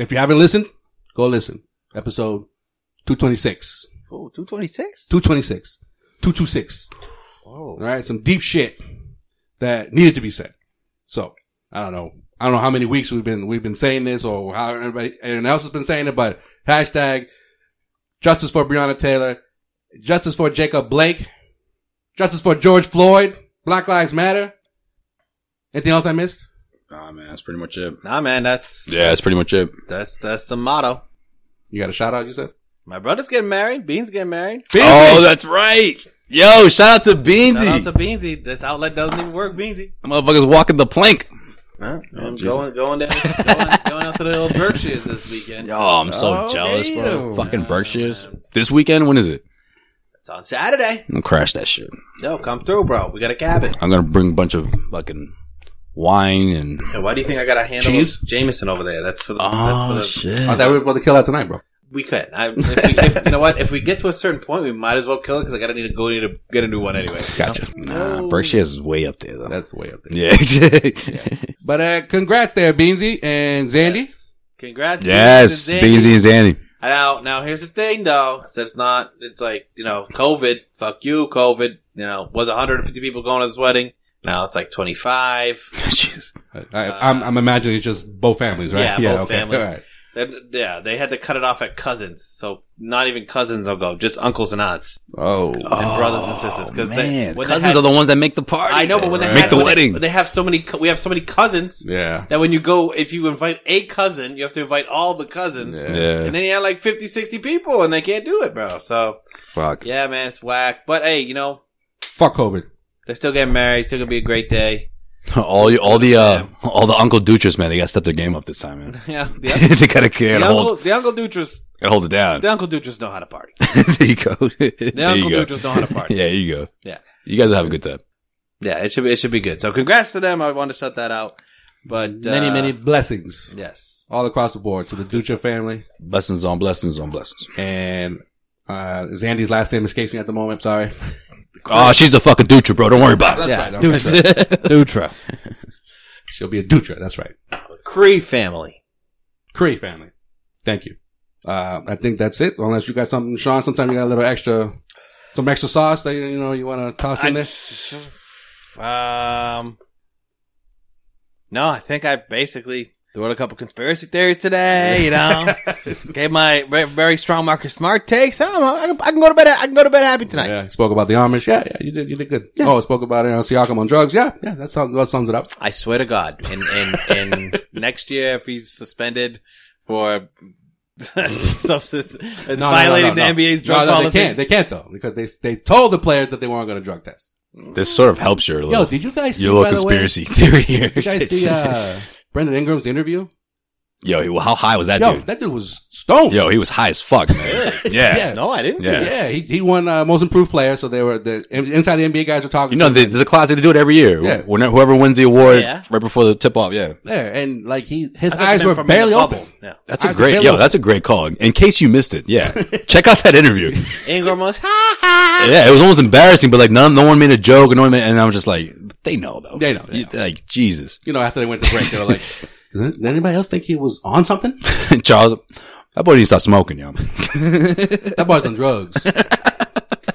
Speaker 4: if you haven't listened, go listen. Episode 226,
Speaker 2: Oh, 226?
Speaker 4: 226, 226.
Speaker 2: Whoa.
Speaker 4: All right, some deep shit that needed to be said. So I don't know. I don't know how many weeks we've been we've been saying this or how everybody anyone else has been saying it, but hashtag justice for Breonna Taylor, justice for Jacob Blake, justice for George Floyd, Black Lives Matter. Anything else I missed?
Speaker 1: Nah, man, that's pretty much it.
Speaker 2: Nah, man, that's
Speaker 1: Yeah, that's pretty much it.
Speaker 2: that's that's the motto.
Speaker 4: You got a shout out? You said.
Speaker 2: My brother's getting married. Beans getting married.
Speaker 1: Oh, that's right. Yo, shout out to Beansy.
Speaker 2: Shout out to Beansy. This outlet doesn't even work, Beansy.
Speaker 1: That motherfucker's walking the plank.
Speaker 2: Huh? I'm
Speaker 1: Oh, Jesus.
Speaker 2: going going down going, going out to the old Berkshires this weekend.
Speaker 1: Yo, I'm so
Speaker 4: Oh,
Speaker 1: jealous,
Speaker 4: damn.
Speaker 1: bro. Fucking Berkshires. This weekend, when is it?
Speaker 2: It's on Saturday.
Speaker 1: I'm gonna crash that shit.
Speaker 2: Yo, come through, bro. We got a cabin.
Speaker 1: I'm gonna bring a bunch of fucking wine and
Speaker 2: Hey, why do you think I got a handle
Speaker 4: Cheese?
Speaker 2: of Jameson over there? That's for the. that's for
Speaker 1: oh
Speaker 2: the
Speaker 1: shit.
Speaker 4: I thought we were about to kill that tonight, bro.
Speaker 2: We could. I, if we, if, you know what? If we get to a certain point, we might as well kill it because I gotta need to go need to get a new one anyway.
Speaker 1: Gotcha. Nah, Berkshires is way up there though.
Speaker 4: That's way up there.
Speaker 1: yeah.
Speaker 4: But uh, congrats there, Beansy and Zandy.
Speaker 2: Congrats.
Speaker 1: yes,
Speaker 2: Beansy.
Speaker 1: Beansy and Zandy.
Speaker 2: Now, now here's the thing though. So it's not, it's like, you know, COVID, fuck you, COVID, you know, was 150 people going to this wedding. Now it's like 25.
Speaker 1: Jeez.
Speaker 4: I, I'm, I'm imagining it's just both families, right?
Speaker 2: Yeah, both families.
Speaker 4: All right.
Speaker 2: Then- yeah, they had to cut it off at cousins. So not even cousins will go, just uncles and aunts
Speaker 4: Oh,
Speaker 2: and brothers and sisters. Cause
Speaker 1: Man,
Speaker 2: when
Speaker 1: cousins
Speaker 2: had-
Speaker 1: are the ones that make the party.
Speaker 2: I know, but when they
Speaker 1: make
Speaker 2: had-
Speaker 1: the
Speaker 2: when they-
Speaker 1: wedding,
Speaker 2: when they have so many, co- we have so many cousins.
Speaker 4: yeah.
Speaker 2: That when you go, if you invite a cousin, you have to invite all the cousins.
Speaker 1: Yeah.
Speaker 2: And then you have like 50, 60 people and they can't do it, bro. So
Speaker 1: fuck.
Speaker 2: yeah, man, it's whack. But hey, you know,
Speaker 4: Fuck COVID.
Speaker 2: They're still getting married. Still gonna be a great day.
Speaker 1: All you, all the uh, all the Uncle Dutras man, they got to step their game up this time, man.
Speaker 2: Yeah, the, un-
Speaker 1: they gotta can
Speaker 2: the uncle,
Speaker 1: hold,
Speaker 2: the uncle Dutras,
Speaker 1: gotta hold it down.
Speaker 2: the uncle Dutras know how to party.
Speaker 1: there you go.
Speaker 2: The
Speaker 1: Uh, there
Speaker 2: uncle
Speaker 1: you
Speaker 2: Dutras
Speaker 1: go.
Speaker 2: know how to party.
Speaker 1: Yeah, there you go.
Speaker 2: Yeah.
Speaker 1: You guys will have a good time.
Speaker 2: yeah, it should be, it should be good. So congrats to them. I want to shut that out. But uh,
Speaker 4: Many, many blessings
Speaker 2: yes,
Speaker 4: all across the board to the Ducha family.
Speaker 1: Blessings on blessings on blessings.
Speaker 4: And uh, Zandy's last name escapes me at the moment. Sorry.
Speaker 1: Oh, she's a fucking Dutra, bro. Don't worry about it.
Speaker 4: yeah, Dutra.
Speaker 2: Dutra,
Speaker 4: She'll be a Dutra. That's right.
Speaker 2: Cree family.
Speaker 4: Cree family. Thank you. Uh, I think that's it. Unless you got something, Sean, sometime you got a little extra, some extra sauce that, you know, you want to toss in there.
Speaker 2: I- um, no, I think I basically threw out a couple conspiracy theories today. You know, gave my very, very strong Marcus Smart takes. I, don't know, I, can, I can go to bed. I can go to bed happy tonight.
Speaker 4: Yeah, spoke about the Amish. Yeah, yeah, you did, you did good. Oh, spoke about it on Siakam on drugs. Yeah, yeah, that sums, that sums it up.
Speaker 2: I swear to God, and and and next year if he's suspended for substance uh,
Speaker 4: No, no, no,
Speaker 2: violating
Speaker 4: no, no.
Speaker 2: the NBA's
Speaker 4: No,
Speaker 2: drug
Speaker 4: no,
Speaker 2: policy,
Speaker 4: They can't. They can't though because they they told the players that they weren't going to drug test.
Speaker 1: This sort of helps your little,
Speaker 4: Yo, did you guys see
Speaker 1: your little
Speaker 4: by
Speaker 1: conspiracy theory here.
Speaker 4: The way, did you guys see uh, Brendan Ingram's interview?
Speaker 1: Yo, he- how high was that
Speaker 4: Yo,
Speaker 1: dude?
Speaker 4: that dude was stoned.
Speaker 1: Yo, he was high as fuck, man. yeah.
Speaker 4: Yeah.
Speaker 2: no, I didn't.
Speaker 1: Yeah.
Speaker 2: See that.
Speaker 4: yeah, he he won uh, most improved player. So they were the inside the NBA guys were talking.
Speaker 1: You know,
Speaker 4: to
Speaker 1: they,
Speaker 4: him.
Speaker 1: there's a class that they do it every year.
Speaker 4: Yeah.
Speaker 1: When, whoever wins the award
Speaker 2: Yeah.
Speaker 1: right before the tip off, yeah.
Speaker 4: yeah, and like he his
Speaker 2: I thought you
Speaker 4: eyes
Speaker 2: meant
Speaker 4: were
Speaker 2: from
Speaker 4: barely
Speaker 2: the bubble.
Speaker 4: open.
Speaker 2: Yeah.
Speaker 1: That's a
Speaker 4: Eyes were
Speaker 1: great,
Speaker 4: barely
Speaker 1: yo,
Speaker 4: open.
Speaker 1: that's a great call. In case you missed it, yeah. Check out that interview.
Speaker 2: Ingram was ha ha.
Speaker 1: Yeah, it was almost embarrassing, but like none, no one made a joke, and no one made, and I was just like, they know though.
Speaker 4: They know, they
Speaker 1: You- Like Jesus,
Speaker 4: You know, after they went to break, they were like, "Did anybody else think he was on something?
Speaker 1: Charles, that boy needs to stop smoking, yo.
Speaker 4: That boy's on drugs."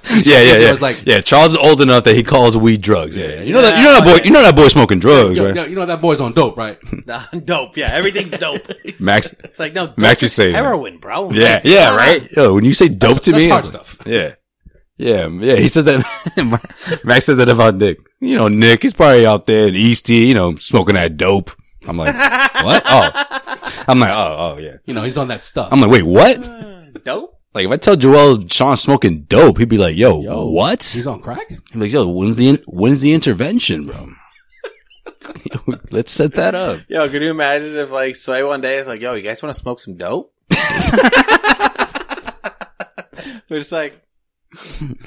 Speaker 1: Yeah, yeah, yeah.
Speaker 4: It was like,
Speaker 1: yeah, Charles is old enough that he calls weed drugs. Yeah, yeah. you know that. You know that boy. You know that boy smoking drugs,
Speaker 4: yo,
Speaker 1: right?
Speaker 4: yo, you know that boy's on dope, right?
Speaker 2: Nah, dope. Yeah, everything's dope.
Speaker 1: Max.
Speaker 2: It's like no, dope
Speaker 1: Max, you
Speaker 2: is
Speaker 1: say that.
Speaker 2: heroin, bro.
Speaker 1: Yeah, yeah, right. uh, Yo, when you say dope to
Speaker 4: that's
Speaker 1: me,
Speaker 4: hard
Speaker 1: it's like-
Speaker 4: stuff.
Speaker 1: Yeah, yeah, yeah. He says that. Max says that about Nick. You know, Nick. He's probably out there in Eastie. You know, smoking that dope. I'm like, what? Oh, I'm like, oh, oh, yeah.
Speaker 4: You know, he's on that stuff.
Speaker 1: I'm like, wait, what?
Speaker 2: dope.
Speaker 1: Like, if I tell Joel Sean's smoking dope, he'd be like, yo, what?
Speaker 4: He's on crack.
Speaker 1: I'm like, yo, when's the in- when's the intervention, bro? Let's set that up.
Speaker 2: Yo, could you imagine if like Sway one day is like, "Yo, you guys want to smoke some dope?" We're just like,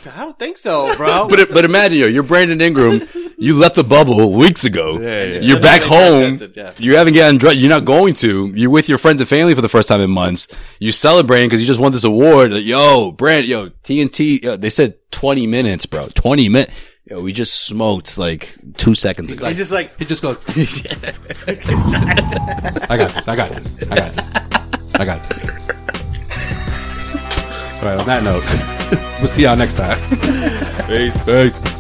Speaker 2: I don't think so, bro.
Speaker 1: But but imagine, yo, you're Brandon Ingram. You left the bubble weeks ago.
Speaker 4: yeah.
Speaker 1: You're back home.
Speaker 2: Tested, yeah.
Speaker 1: You haven't gotten drunk. You're not going to. You're with your friends and family for the first time in months. You celebrating because you just won this award. Like, yo, Brand, yo, TNT. Yo, they said 20 minutes, bro. 20 minutes. Yo, we just smoked like two seconds ago.
Speaker 2: He's just like,
Speaker 4: He just goes. I got this. I got this. I got this. I got this. All right. On that note, we'll see y'all next time. Peace. Peace.